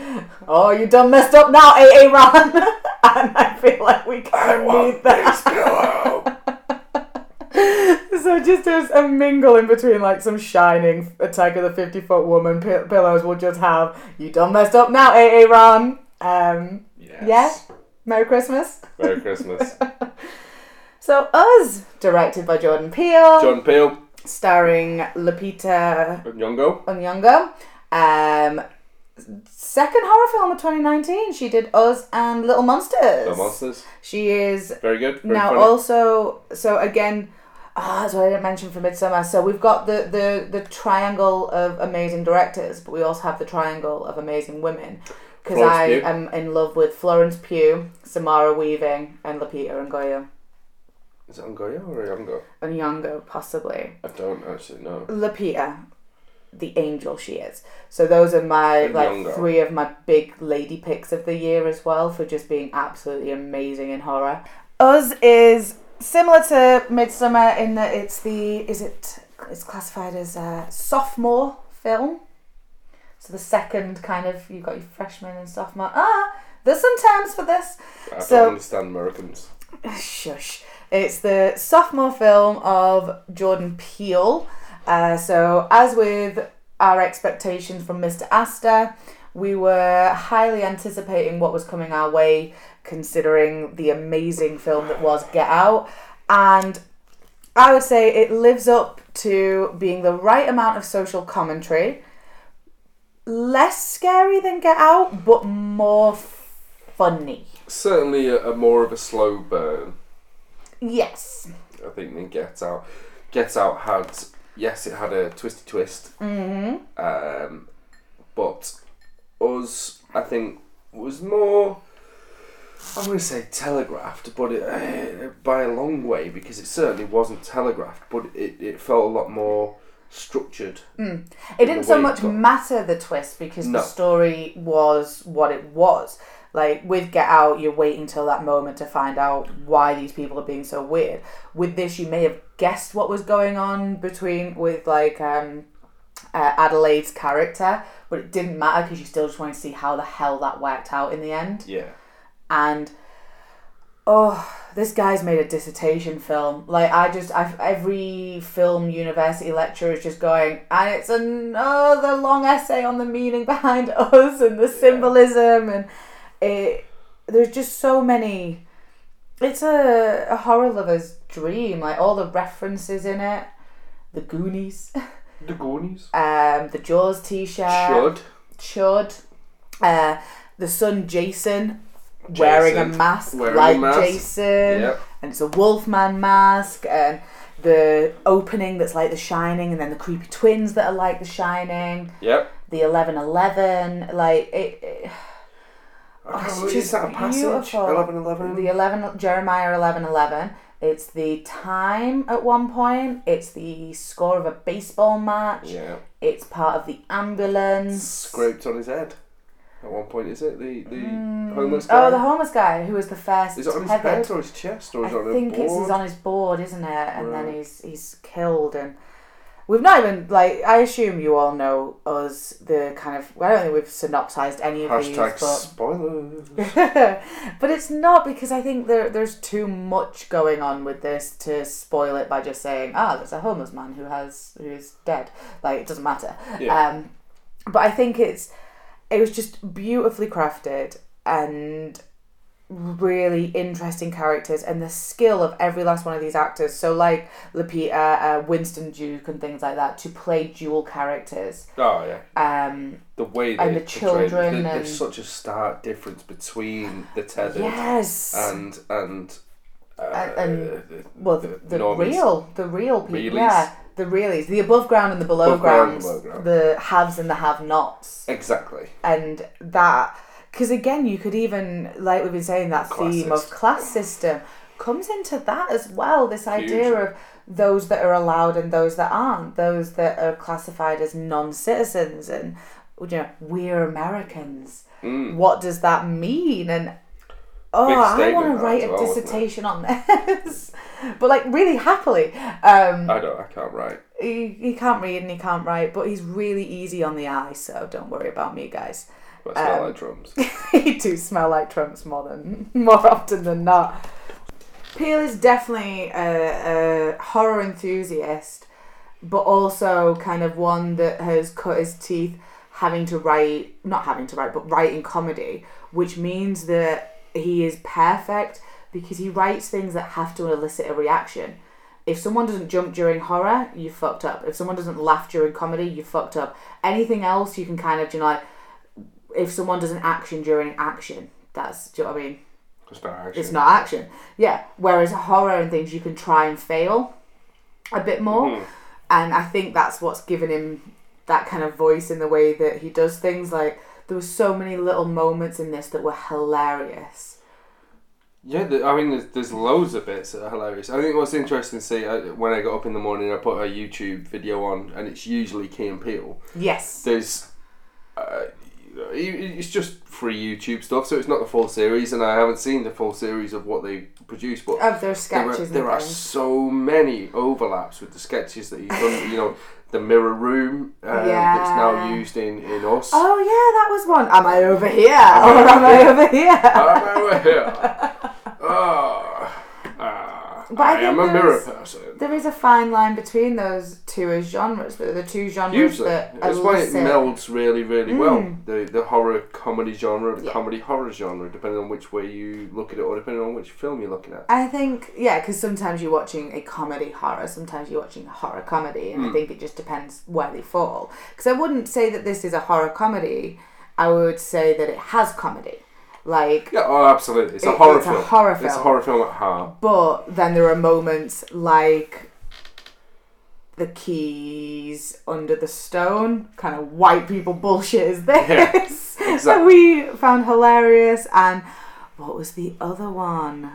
S1: oh, you done messed up now, AA Ron. (laughs) and I feel like we
S2: I
S1: kind of need
S2: want
S1: that. (laughs)
S2: this pillow.
S1: So just as a mingle in between, like some shining attack of the fifty foot woman pi- pillows, we'll just have you done messed up now, AA Ron. Um,
S2: Yes.
S1: Merry Christmas.
S2: Merry
S1: (laughs)
S2: Christmas.
S1: So Us, directed by Jordan Peele,
S2: John Peel
S1: starring Lupita
S2: and Yongo.
S1: Nyong'o. Um, second horror film of 2019. She did Us and Little Monsters.
S2: The Monsters.
S1: She is
S2: Very good. Very
S1: now
S2: funny.
S1: also so again ah that's what i didn't mention for midsummer so we've got the, the the triangle of amazing directors but we also have the triangle of amazing women because
S2: Florence
S1: i
S2: Pugh.
S1: am in love with florence pugh samara weaving and lapita and goya
S2: Is it Ongoya or Yongo?
S1: and yango possibly
S2: I don't actually know.
S1: lapita the angel she is so those are my
S2: And
S1: like
S2: Yango.
S1: three of my big lady picks of the year as well for just being absolutely amazing in horror Us is similar to Midsummer in that it's the is it it's classified as a sophomore film. So the second kind of you got your freshman and sophomore. Ah, there's some terms for this.
S2: I
S1: So-
S2: don't understand Americans.
S1: (laughs) Shush. It's the sophomore film of Jordan Peele. Uh, so, as with our expectations from Mr. Astor, we were highly anticipating what was coming our way, considering the amazing film that was Get Out. And I would say it lives up to being the right amount of social commentary. Less scary than Get Out, but more funny.
S2: Certainly a, a more of a slow burn,
S1: Yes.
S2: I think, than Get Out. Get Out had, yes, it had a twisty twist. Mm-hmm. Um, but Us, I think, was more. I wouldn't say telegraphed, but it, eh, by a long way because it certainly wasn't telegraphed, but it, it felt a lot more structured.
S1: It
S2: the
S1: didn't so
S2: way it
S1: much
S2: got-
S1: matter the twist because
S2: No.
S1: the story was what it was. Like with Get Out, you're waiting till that moment to find out why these people are being so weird. With this, you may have guessed what was going on between with like um, uh, Adelaide's character, but it didn't matter because you still just wanted to see how the hell that worked out in the end
S2: Yeah.
S1: and oh this guy's made a dissertation film like i just i every film university lecturer is just going and it's another long essay on the meaning behind (laughs) us and the symbolism and it there's just so many it's a, a horror lover's dream like all the references in it the goonies (laughs)
S2: The Goonies.
S1: um the jaws t-shirt
S2: Should.
S1: Chud, uh, the son Jason, wearing a
S2: Jason.
S1: mask
S2: Wearing a
S1: like
S2: mask.
S1: Jason,
S2: Yep.
S1: and it's a Wolfman mask, and the opening that's like The Shining, and then the creepy twins that are like The Shining,
S2: Yep.
S1: the Eleven Eleven, like it, it-
S2: I can't
S1: it's
S2: believe
S1: just
S2: Oh, that passage.
S1: beautiful.
S2: 11-11.
S1: the Eleven Jeremiah Eleven Eleven. It's the time at one point. It's the score of a baseball match.
S2: Yeah.
S1: It's part of the ambulance.
S2: Scraped on his head. At one point, is it the the homeless guy?
S1: Oh, the homeless guy who was the first.
S2: is it on his
S1: tethered.
S2: head or his chest or
S1: I
S2: is it on
S1: think
S2: a
S1: it's
S2: board?
S1: he's on his board, isn't it? And
S2: Right.
S1: then he's he's killed, and we've not even like I assume you all know us the kind of I don't think we've synopsized any of
S2: Hashtag
S1: these,
S2: spoilers.
S1: but (laughs) but it's not because I think there there's too much going on with this to spoil it by just saying ah there's a homeless man who has who's dead like it doesn't matter.
S2: Yeah.
S1: Um, but I think it's it was just beautifully crafted and really interesting characters and the skill of every last one of these actors. So like Lupita, uh, Winston Duke, and things like that to play dual characters.
S2: oh yeah.
S1: Um,
S2: The way they
S1: And the
S2: portrayed-
S1: children
S2: there-
S1: and-
S2: there's such a stark difference between the tethered
S1: yes,
S2: and and. Uh,
S1: and-
S2: the-
S1: well the, the
S2: normies.
S1: real, the real people,
S2: Realies.
S1: yeah, the realies, the above ground and the below
S2: Above ground and
S1: grounds,
S2: below ground.
S1: the haves and the have-nots.
S2: Exactly.
S1: and that because again you could even like we've been saying that theme of
S2: Classist.
S1: class system comes into that as well this idea
S2: Huge.
S1: of those that are allowed and those that aren't those that are classified as non-citizens and you know we're americans
S2: Mm.
S1: what does that mean and oh i want
S2: statement,
S1: to
S2: that,
S1: write
S2: as
S1: a
S2: well, isn't it?
S1: dissertation on this (laughs) but like really happily. Um,
S2: I don't. I can't write.
S1: he, he can't read and he can't write, but he's really easy on the eye, so don't worry about me, guys.
S2: But I smell
S1: Um,
S2: like
S1: (laughs)
S2: drums.
S1: he do smell like Trump's more than (laughs) more often than not. Peel is definitely a, a horror enthusiast, but also kind of one that has cut his teeth having to write, not having to write, but writing comedy, which means that he is perfect because he writes things that have to elicit a reaction. If someone doesn't jump during horror, you fucked up. If someone doesn't laugh during comedy, you fucked up. Anything else, you can kind of, you know, like, if someone does an action during action, that's do you know what I mean?
S2: Just not action.
S1: It's not action. Yeah. Whereas horror and things you can try and fail a bit more.
S2: Mm-hmm.
S1: And I think that's what's given him that kind of voice in the way that he does things. Like there were so many little moments in this that were hilarious.
S2: Yeah, the, I mean, there's, there's loads of bits that are hilarious. I think what's interesting to see uh, when I got up in the morning, I put a YouTube video on, and it's usually Key and Peele.
S1: Yes.
S2: There's, uh, it- it's just free YouTube stuff, so it's not the full series, and I haven't seen the full series of what they produce, but
S1: Of their
S2: there are,
S1: Oh, sketches
S2: there are
S1: and things.
S2: so many overlaps with the sketches that he's done. you know, the mirror room um, that's now
S1: Yeah.
S2: used in in us. (laughs)
S1: Oh yeah, that was one. Am I over here? (laughs) Or am I over here?
S2: I'm over here. Ah, ah,
S1: But I
S2: I, am
S1: think
S2: a mirror
S1: there's-
S2: person.
S1: There is a fine line between those two as genres, but they're the two genres
S2: Usually,
S1: that
S2: it's why it
S1: elicit-
S2: melds really, really well. The the horror comedy genre, the
S1: Yeah.
S2: comedy horror genre, depending on which way you look at it, or depending on which film you're looking at.
S1: I think yeah, because sometimes you're watching a comedy horror, sometimes you're watching a horror comedy,
S2: Hmm.
S1: and I think it just depends where they fall. Because I wouldn't say that this is a horror comedy. I would say that it has comedy, like.
S2: Yeah, oh, absolutely. It's a
S1: It-
S2: horror
S1: it's a
S2: film.
S1: horror
S2: It's a
S1: film.
S2: horror film at heart.
S1: But then there are moments like the keys under the stone, kind of white people bullshit is this (laughs) that we found hilarious. And what was the other one?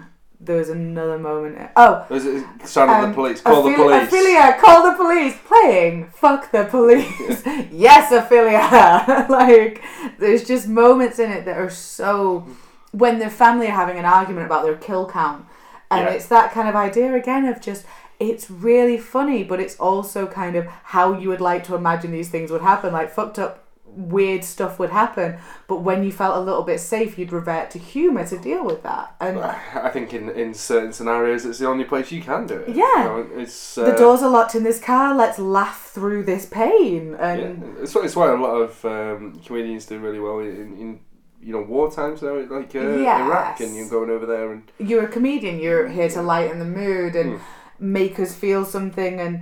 S1: There was another moment. Oh,
S2: There's a sound of the
S1: Um,
S2: police. Call the
S1: Ophelia-
S2: police.
S1: Ophelia, call the police. Playing fuck the
S2: (laughs)
S1: police. yes, Ophelia. (laughs) like there's just moments in it that are so when the family are having an argument about their kill count, and
S2: Yeah.
S1: it's that kind of idea again of just it's really funny, but it's also kind of how you would like to imagine these things would happen. Like fucked up. Weird stuff would happen, but when you felt a little bit safe, you'd revert to humour to deal with that. And
S2: (laughs) I think in, in certain scenarios, it's the only place you can do it. You
S1: Yeah.
S2: know, it's uh,
S1: the doors are locked in this car. Let's laugh through this pain.
S2: Yeah,
S1: And
S2: it's, why- it's why a lot of um, comedians do really well in, in you know war times now, like uh, Iraq,
S1: Yes.
S2: and you're going over there and Hmm.
S1: you're a comedian. You're here to lighten the mood and make us feel something. And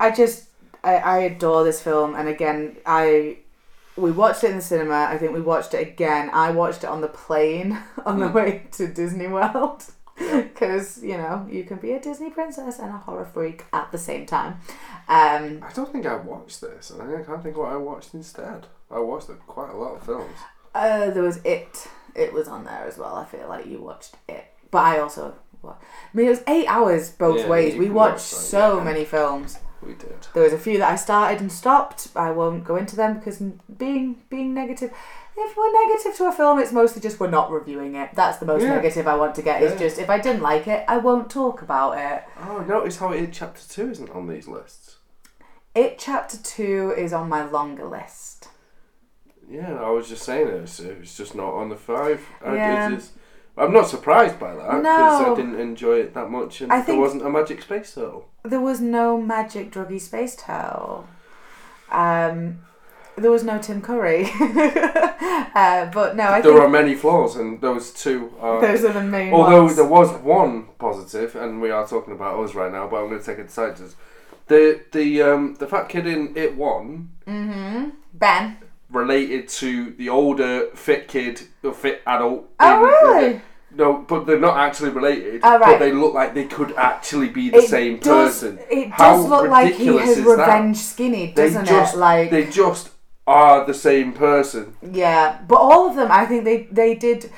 S1: I just, I, I adore this film. And again, I, we watched it in the cinema. I think we watched it again. I watched it on the plane (laughs) on the way to Disney World. Because you know you can be a Disney princess and a horror freak at the same time. Um,
S2: I don't think I watched this. and I can't think what I watched instead. I watched quite a lot of films.
S1: uh, there was it. It was on there as well. I feel like you watched it, but I also. wa- I mean, it was eight hours both
S2: Yeah,
S1: ways.
S2: you
S1: We
S2: can
S1: watched
S2: watch that,
S1: so
S2: yeah.
S1: many films.
S2: We did.
S1: There was a few that I started and stopped. I won't go into them because n- being being negative, if we're negative to a film, it's mostly just we're not reviewing it. That's the most
S2: Yeah.
S1: negative I want to get.
S2: Yeah.
S1: Is just if I didn't like it, I won't talk about it.
S2: Oh, notice how it chapter two isn't on these lists.
S1: It chapter two is on my longer list.
S2: Yeah, I was just saying it. It's, it's just not on the five. I,
S1: Yeah.
S2: it's just, I'm not surprised by that because
S1: No.
S2: I didn't enjoy it that much, and
S1: I
S2: there
S1: think-
S2: wasn't a magic space turtle.
S1: There was no magic druggy space towel. Um, there was no Tim Curry. (laughs) uh, but no, I
S2: There
S1: think
S2: are many flaws, and those two are
S1: those are the main
S2: Although
S1: ones.
S2: there was one positive, and we are talking about us right now, but I'm going to take it to Siders. The the um the fat kid in it one
S1: hmm Ben.
S2: related to the older fit kid, the fit adult.
S1: Oh,
S2: in-
S1: really?
S2: in the- no, but they're not actually related.
S1: Oh, right.
S2: But they look like they could actually be the same
S1: does,
S2: person.
S1: It does
S2: How
S1: look like he
S2: ridiculous
S1: has
S2: is that?
S1: revenge skinny,
S2: They
S1: doesn't
S2: just
S1: it? Like
S2: they just are the same person.
S1: yeah, but all of them, I think they they did.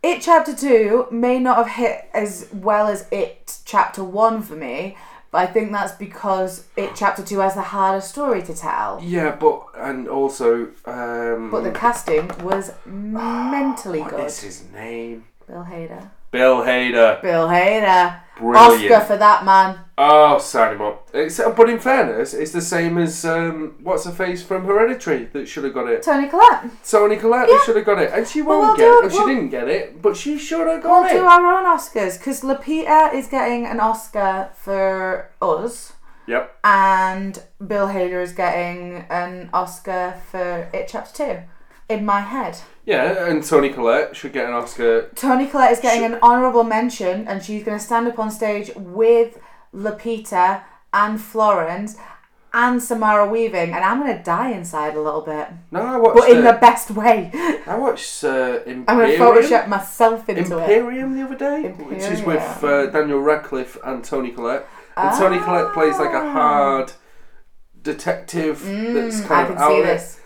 S1: It chapter two may not have hit as well as it chapter one for me, but I think that's because it chapter two has the harder story to tell.
S2: Yeah, but and also um
S1: But the casting was mentally good.
S2: what is his name?
S1: Bill Hader.
S2: Bill Hader,
S1: Bill Hader.
S2: brilliant.
S1: Oscar for that man.
S2: Oh, sign him up. It's, uh, but in fairness, it's the same as um, what's her face from Hereditary that should have got it.
S1: Tony Collette.
S2: Tony Collette that should have got it, and she
S1: Well, we'll
S2: won't get
S1: do
S2: it.
S1: it,
S2: Well, she
S1: we'll-
S2: didn't get it, but she should have got
S1: We'll
S2: it.
S1: do our own Oscars because Lupita is getting an Oscar for Us,
S2: Yep.
S1: and Bill Hader is getting an Oscar for It Chapter Two. In my head,
S2: Yeah, and Tony Collette should get an Oscar.
S1: Tony Collette is getting an honourable mention, and she's going to stand up on stage with Lupita and Florence and Samara Weaving, and I'm going to die inside a little bit,
S2: No, I watched.
S1: but in
S2: uh,
S1: the best way.
S2: I watched uh,
S1: I'm going to
S2: Imperium.
S1: Photoshop myself into it.
S2: Imperium the other day, which is with uh, Daniel Radcliffe and Tony Collette. And Tony
S1: Ah. Mm,
S2: Collette plays like a hard detective that's
S1: I
S2: kind
S1: can
S2: of out
S1: see
S2: of it.
S1: this.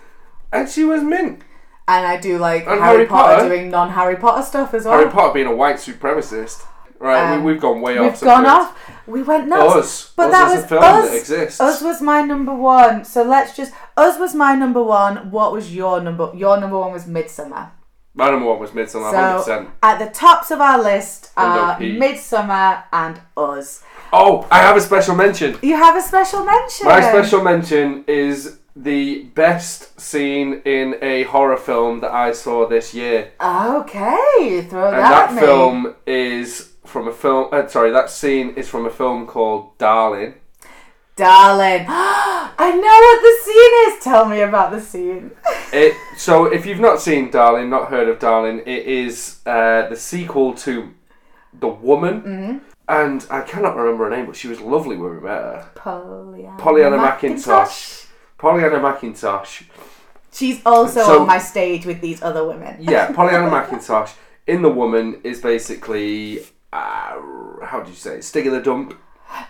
S2: And she was mint.
S1: And I do like Harry
S2: And Harry
S1: Potter,
S2: Potter.
S1: doing non Harry Potter stuff as well.
S2: Harry Potter being a white supremacist. Right,
S1: Oh. Um,
S2: we, we've gone way off.
S1: We've gone
S2: subject.
S1: off. We went nuts.
S2: Us.
S1: But
S2: Us
S1: that
S2: is
S1: was
S2: a film
S1: us.
S2: that exists.
S1: Us was my number one. So let's just Us was my number one. What was your number your number one was Midsummer.
S2: My number one was Midsummer, hundred percent.
S1: So at the tops of our list are
S2: NLP.
S1: Midsummer and Us.
S2: Oh, I have a special mention.
S1: You have a special mention.
S2: My special mention is the best scene in a horror film that I saw this year.
S1: Okay, throw
S2: And
S1: that,
S2: that
S1: at me.
S2: film is from a film. Uh, sorry, that scene is from a film called Darling.
S1: Darling. (gasps) I know what the scene is. Tell me about the scene.
S2: It. So if you've not seen Darling, not heard of Darling, it is uh, the sequel to The Woman.
S1: Mm-hmm.
S2: And I cannot remember her name, but she was lovely when we met her.
S1: Pollyanna,
S2: Pollyanna McIntosh. Pollyanna McIntosh.
S1: She's also
S2: So-
S1: on my stage with these other women.
S2: Yeah, Pollyanna McIntosh in The Woman is basically. Uh, how do you say? it? Stig in the dump.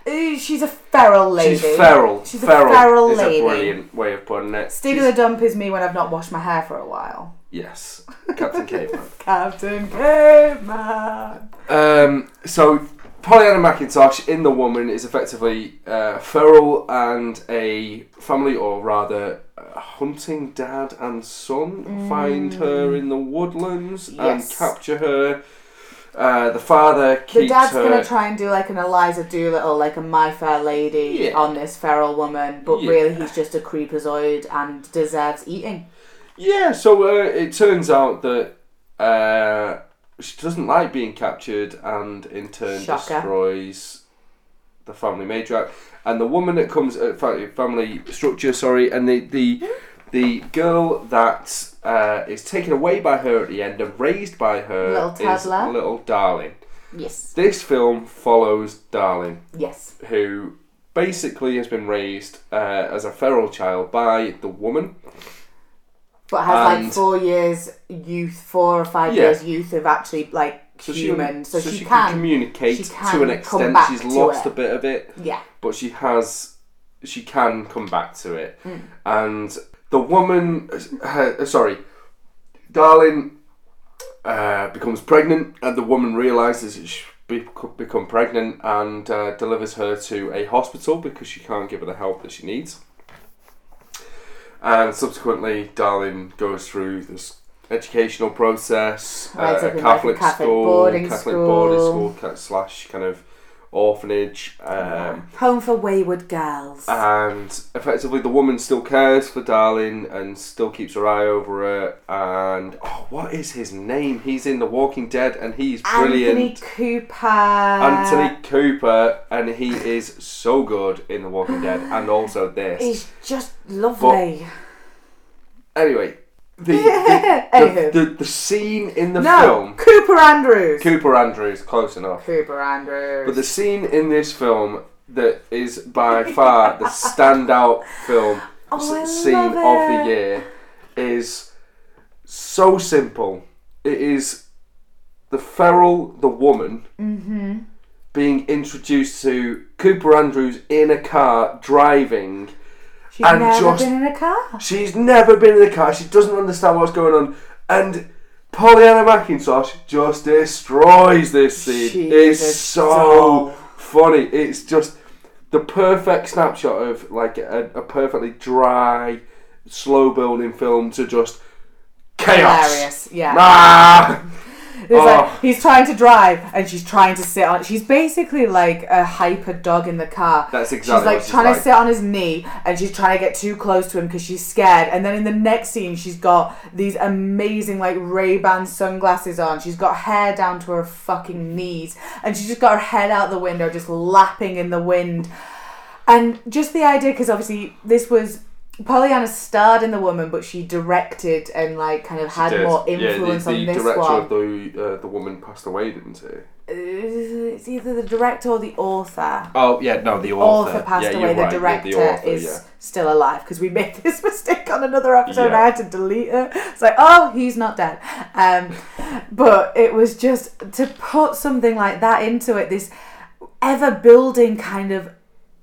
S1: Ooh, she's a feral lady.
S2: She's feral.
S1: She's a
S2: feral
S1: feral
S2: is
S1: lady.
S2: a brilliant way of putting it.
S1: Stig of the dump is me when I've not washed my hair for a while.
S2: Yes, Captain Caveman.
S1: Captain Caveman.
S2: Um, so, Pollyanna McIntosh in The Woman is effectively uh, feral and a family, or rather, a hunting dad and son find her in the woodlands
S1: Mm. Yes.
S2: and capture her. Uh, the father keeps
S1: The dad's
S2: her.
S1: gonna try and do like an Eliza Doolittle, like a My Fair Lady
S2: Yeah.
S1: on this feral woman, but
S2: Yeah.
S1: really he's just a creepazoid and deserves eating.
S2: yeah, so uh, it turns out that uh, she doesn't like being captured and in turn
S1: Shocker.
S2: destroys the family matriarch and the woman that comes uh, fa- family structure sorry and the the the girl that uh, is taken away by her at the end and raised by her
S1: Little
S2: is
S1: toddler.
S2: little darling
S1: Yes.
S2: this film follows darling
S1: Yes.
S2: who basically has been raised uh, as a feral child by the woman
S1: But has like
S2: And-
S1: four years youth, four or five
S2: Yeah.
S1: years youth of actually like human, so, she, can.
S2: communicate
S1: she
S2: to
S1: can
S2: an
S1: come
S2: extent.
S1: back
S2: She's
S1: to
S2: lost
S1: it.
S2: a bit of it,
S1: yeah.
S2: but she has. She can come back to it,
S1: Hmm.
S2: and the woman, her, uh, sorry, darling, uh, becomes pregnant, and the woman realizes that she's be- become pregnant and uh, delivers her to a hospital because she can't give her the help that she needs. And subsequently, darling goes through this educational process,
S1: Right,
S2: uh,
S1: so
S2: a
S1: like a
S2: Catholic,
S1: Catholic
S2: school,
S1: boarding
S2: Catholic
S1: school.
S2: boarding school ca- slash kind of orphanage, um,
S1: Home for wayward girls.
S2: Ah, and effectively the woman still cares for darling and still keeps her eye over her. And oh, what is his name? He's in The Walking Dead, and he's brilliant.
S1: Anthony Cooper.
S2: Anthony Cooper, and he is so good in The Walking Dead, and also this.
S1: He's just lovely.
S2: Anyway,
S1: (laughs)
S2: the the,
S1: Anywho.
S2: the, the, the scene in the
S1: no,
S2: film.
S1: Cooper Andrews.
S2: Cooper Andrews, close enough.
S1: Cooper Andrews.
S2: But the scene in this film that is by
S1: (laughs)
S2: far the standout film
S1: Oh, I
S2: s- scene
S1: love
S2: of
S1: it.
S2: the year is so simple. It is the feral, the woman,
S1: Mm-hmm.
S2: being introduced to Cooper Andrews in a car driving.
S1: She's
S2: and
S1: never
S2: just-
S1: been in a car.
S2: She's never been in the car. She doesn't understand what's going on. And Pollyanna McIntosh just destroys this scene.
S1: She
S2: it's
S1: is
S2: so
S1: so-
S2: funny. It's just the perfect snapshot of like a, a perfectly dry, slow building film to just chaos.
S1: Hilarious, yeah.
S2: Ah!
S1: It's like he's trying to drive and she's trying to sit on. She's basically like a hyper dog in the car.
S2: That's
S1: She's
S2: exactly
S1: like
S2: what she's
S1: trying
S2: like.
S1: to sit on his knee and she's trying to get too close to him because she's scared. And then in the next scene, she's got these amazing like Ray Ban sunglasses on. She's got hair down to her fucking knees and she's just got her head out the window, just lapping in the wind. And just the idea, because obviously this was Pollyanna starred in The Woman, but she directed and like kind of had
S2: Yes.
S1: more
S2: Yeah, the-
S1: influence
S2: the
S1: on this
S2: director
S1: one.
S2: of the uh, the woman passed away, didn't he?
S1: Uh, it's either the director or the author.
S2: Oh yeah, no, the
S1: Author, passed away. The director is still alive because we (laughs) made this mistake on another episode. and I
S2: Yeah.
S1: had to delete it. It's like, oh, he's not dead. (laughs) Um, but it was just to put something like that into it. This ever building kind of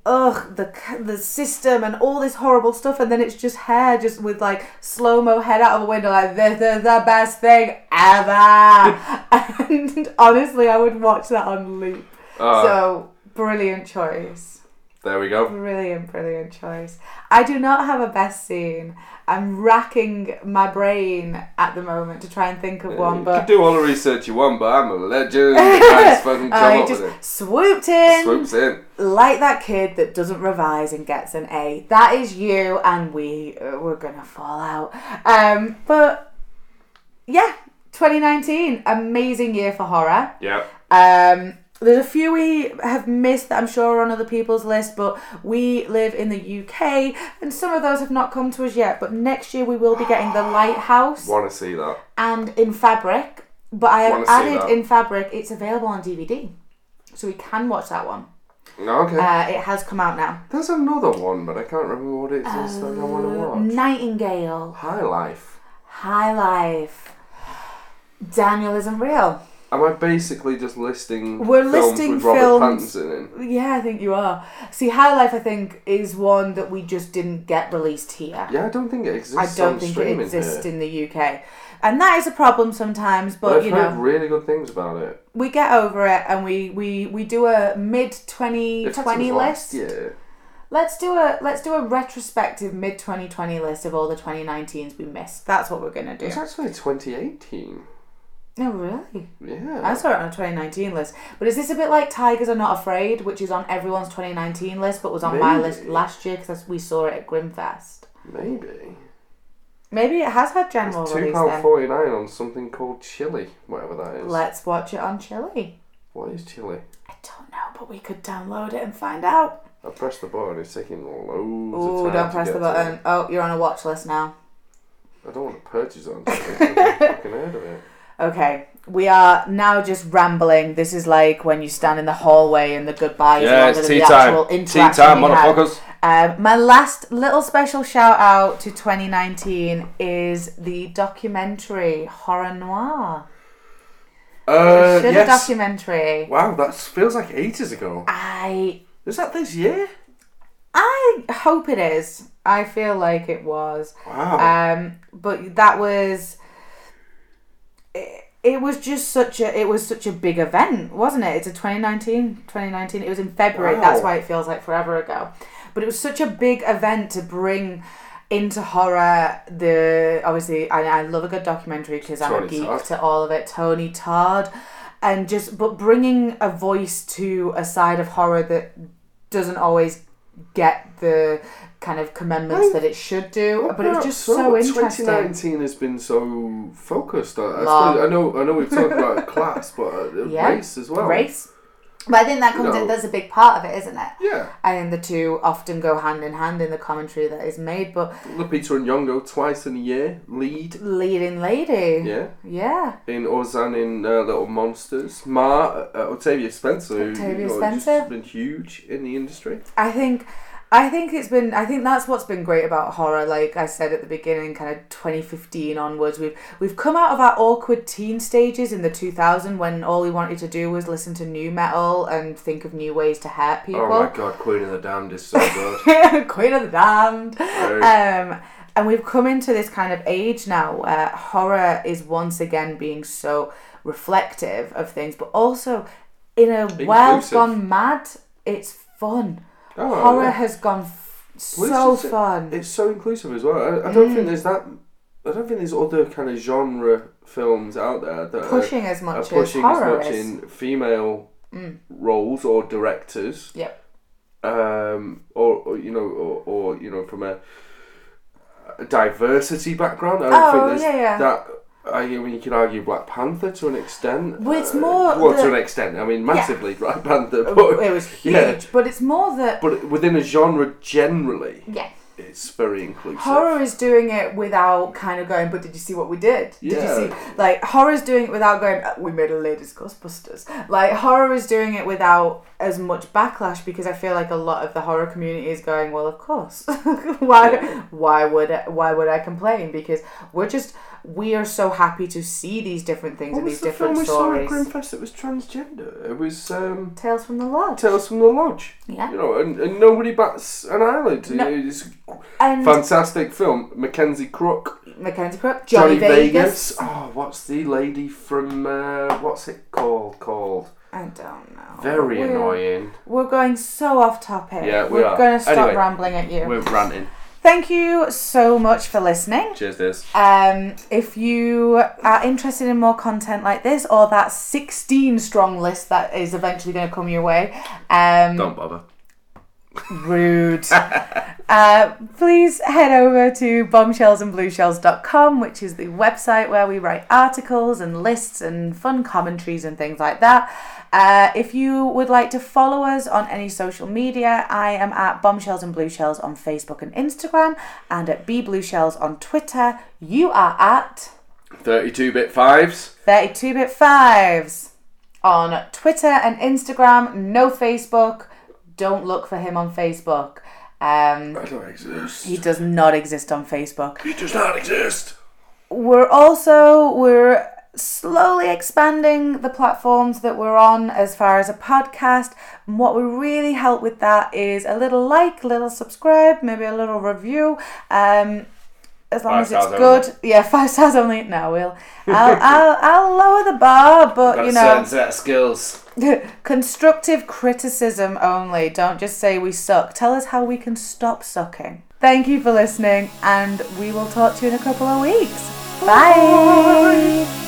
S1: ugh the c- the system and all this horrible stuff and then it's just hair just with like slow mo head out of a window like this is the best thing (laughs) ever and honestly i would watch that on loop Ah. so brilliant choice
S2: Ah, there we go.
S1: brilliant brilliant choice i do not have a best scene i'm racking my brain at the moment to try and think of one
S2: you
S1: but
S2: can do all the research you want, but I'm a legend.
S1: (laughs)
S2: I just fucking come
S1: i
S2: up
S1: just
S2: with it.
S1: swooped in
S2: Swoops in.
S1: like that kid that doesn't revise and gets an A. That is you, and we uh, we're gonna fall out. Um, but yeah, 2019, amazing year for horror.
S2: Yep.
S1: Um, there's a few we have missed that I'm sure are on other people's list, but we live in the UK, and some of those have not come to us yet. But next year we will be getting The Lighthouse
S2: Want to see that?
S1: and in fabric. But I have
S2: Wanna see
S1: added
S2: that.
S1: in fabric. It's available on DVD, so we can watch that one.
S2: Okay.
S1: Uh, it has come out now.
S2: There's another one, but I can't remember what it is that I want to
S1: Uh,
S2: watch.
S1: Nightingale,
S2: High Life.
S1: High Life, Daniel isn't real.
S2: Am I basically just listing
S1: We're
S2: films
S1: listing
S2: with Robert
S1: films-
S2: Pattinson in?
S1: Yeah, I think you are. See, High Life, I think, is one that we just didn't get released here.
S2: Yeah, I don't think it exists
S1: I don't
S2: on
S1: think it
S2: streaming
S1: exists
S2: here.
S1: in the UK. And that is a problem sometimes,
S2: But
S1: but,
S2: I've
S1: you know,
S2: heard really good things about it.
S1: we get over it and we, we, we do a mid 2020 list.
S2: Yeah.
S1: Let's do a let's do a retrospective mid 2020 list of all the 2019s we missed. That's what we're going to do.
S2: It's actually 2018.
S1: No, really?
S2: Yeah.
S1: I saw it on a 2019 list. But is this a bit like Tigers Are Not Afraid, which is on everyone's 2019 list, but was on my
S2: Maybe.
S1: list last year because we saw it at Grimfest?
S2: Maybe.
S1: Maybe it has had general
S2: Two
S1: release
S2: pound
S1: then.
S2: forty nine on something called chili, whatever that is.
S1: Let's watch it on Chili.
S2: what is chili?
S1: I don't know, but we could download it and find out.
S2: I pressed the button. It's taking loads
S1: Oh,
S2: of time.
S1: don't
S2: to
S1: press
S2: get
S1: the
S2: to
S1: button.
S2: it.
S1: Oh, you're on a watch list now.
S2: I don't want to purchase it. on something. I've fucking heard
S1: (laughs)
S2: of it.
S1: Okay, we are now just rambling. This is like when you stand in the hallway and the goodbye is longer than the actual interaction we had. Um, my last little special shout out to 2019 is the documentary Horror Noir.
S2: Uh,
S1: Should a
S2: yes.
S1: documentary.
S2: Wow, that feels like ages ago.
S1: I
S2: Is that this year?
S1: I hope it is. I feel like it was.
S2: Wow.
S1: Um, but that was. It, it was just such a it was such a big event, wasn't it? It's a 2019, 2019. It was in February.
S2: Wow.
S1: That's why it feels like forever ago. But it was such a big event to bring into horror the obviously I, I love a good documentary because I'm a
S2: Tony
S1: geek
S2: Todd.
S1: to all of it. Tony Todd, and just but bringing a voice to a side of horror that doesn't always get the kind of commandments that it should do. Uh, But it was
S2: Wow,
S1: just
S2: so
S1: so interesting.
S2: 2019 has been so focused. I, I,
S1: Long.
S2: suppose- I know. I know we've
S1: (laughs)
S2: talked about class, but uh,
S1: Yeah.
S2: race as well.
S1: Race. But I think that comes
S2: No.
S1: in, that's a big part of it, isn't it?
S2: Yeah.
S1: I think the two often go hand in hand in the commentary that is made, but
S2: Lupita and Yongo twice in a year lead.
S1: leading lady.
S2: Yeah.
S1: Yeah.
S2: in Ozan in uh, Little Monsters. Ma, uh, Octavia Spencer, who,
S1: Octavia
S2: you know,
S1: Spencer.
S2: has been huge in the industry.
S1: I think I think it's been I think that's what's been great about horror like I said at the beginning kind of 2015 onwards we've we've come out of our awkward teen stages in the 2000 when all we wanted to do was listen to new metal and think of new ways to hurt people
S2: Oh my god, Queen of the Damned is so
S1: (laughs)
S2: good.
S1: Queen of the Damned.
S2: Right.
S1: Um, and we've come into this kind of age now where horror is once again being so reflective of things, but also in a world
S2: Inclusive.
S1: gone mad, it's fun.
S2: Oh,
S1: horror
S2: yeah.
S1: has gone f-
S2: Well, it's
S1: so
S2: just-
S1: fun. Mm.
S2: It's so inclusive as well. I, I don't think there's that. I don't think there's other kind of genre films out there that are-
S1: pushing as
S2: are,
S1: much as
S2: Uh, pushing as
S1: horror
S2: much
S1: is.
S2: in female
S1: Mm.
S2: roles or directors. (laughs)
S1: Yep.
S2: Um, or, or you know, or, or you know, from a, a diversity background. I don't
S1: Oh,
S2: think there's
S1: yeah, yeah.
S2: that. I mean, you could argue Black Panther to an extent. Uh,
S1: Well, it's more
S2: well
S1: the-
S2: to an extent. I mean, massively Black Panther, but,
S1: It was huge,
S2: (laughs) yeah.
S1: but it's more that
S2: but within a genre generally,
S1: yeah,
S2: it's very inclusive.
S1: horror is doing it without kind of going. But did you see what we did? Did
S2: Yeah.
S1: you see like horror is doing it without going? "Uh, We made a latest Ghostbusters. Like horror is doing it without as much backlash because I feel like a lot of the horror community is going. Well, of course, (laughs) why?
S2: Yeah.
S1: Why would I, why would I complain? Because we're just we are so happy to see these different things
S2: What
S1: and
S2: was
S1: these
S2: the film
S1: different
S2: we saw at
S1: stories.
S2: Grimfest that was transgender? It was um,
S1: Tales from the Lodge.
S2: Tales from the Lodge.
S1: yeah,
S2: You know, and, and nobody bats an eyelid.
S1: No.
S2: It's a
S1: and
S2: fantastic film. Mackenzie Crook,
S1: Mackenzie Crook,
S2: Johnny,
S1: Johnny, Vegas.
S2: Vegas. Oh, what's the lady from uh, what's it called? Called
S1: I don't know.
S2: very
S1: We're-
S2: annoying.
S1: We're going so off topic.
S2: Yeah, we
S1: we're
S2: are.
S1: going to stop
S2: Anyway.
S1: rambling at you.
S2: We're ranting.
S1: Thank you so much for listening.
S2: Cheers, this.
S1: Um, if you are interested in more content like this or that 16 strong list that is eventually going to come your way, um,
S2: Don't bother.
S1: rude. uh, please head over to bombshellsandblueshells.com, which is the website where we write articles and lists and fun commentaries and things like that. Uh, if you would like to follow us on any social media, I am at Bombshells and Blue Shells on Facebook and Instagram, and at B Blue Shells on Twitter. You are at
S2: Thirty-two bit fives.
S1: 32 bit fives on Twitter and Instagram. No Facebook. Don't look for him on Facebook. Um,
S2: I don't exist.
S1: he does not exist on Facebook.
S2: He does not exist.
S1: We're also we're slowly expanding the platforms that we're on as far as a podcast. And what would really help with that is a little like, a little subscribe, maybe a little review. Um, as long
S2: Five
S1: as it's
S2: stars
S1: good, yeah, (laughs) five stars only. No, we'll I'll, I'll I'll lower the bar, but you know
S2: set of skills.
S1: (laughs) Constructive criticism only. Don't just say we suck. Tell us how we can stop sucking. Thank you for listening, and we will talk to you in a couple of weeks. Bye.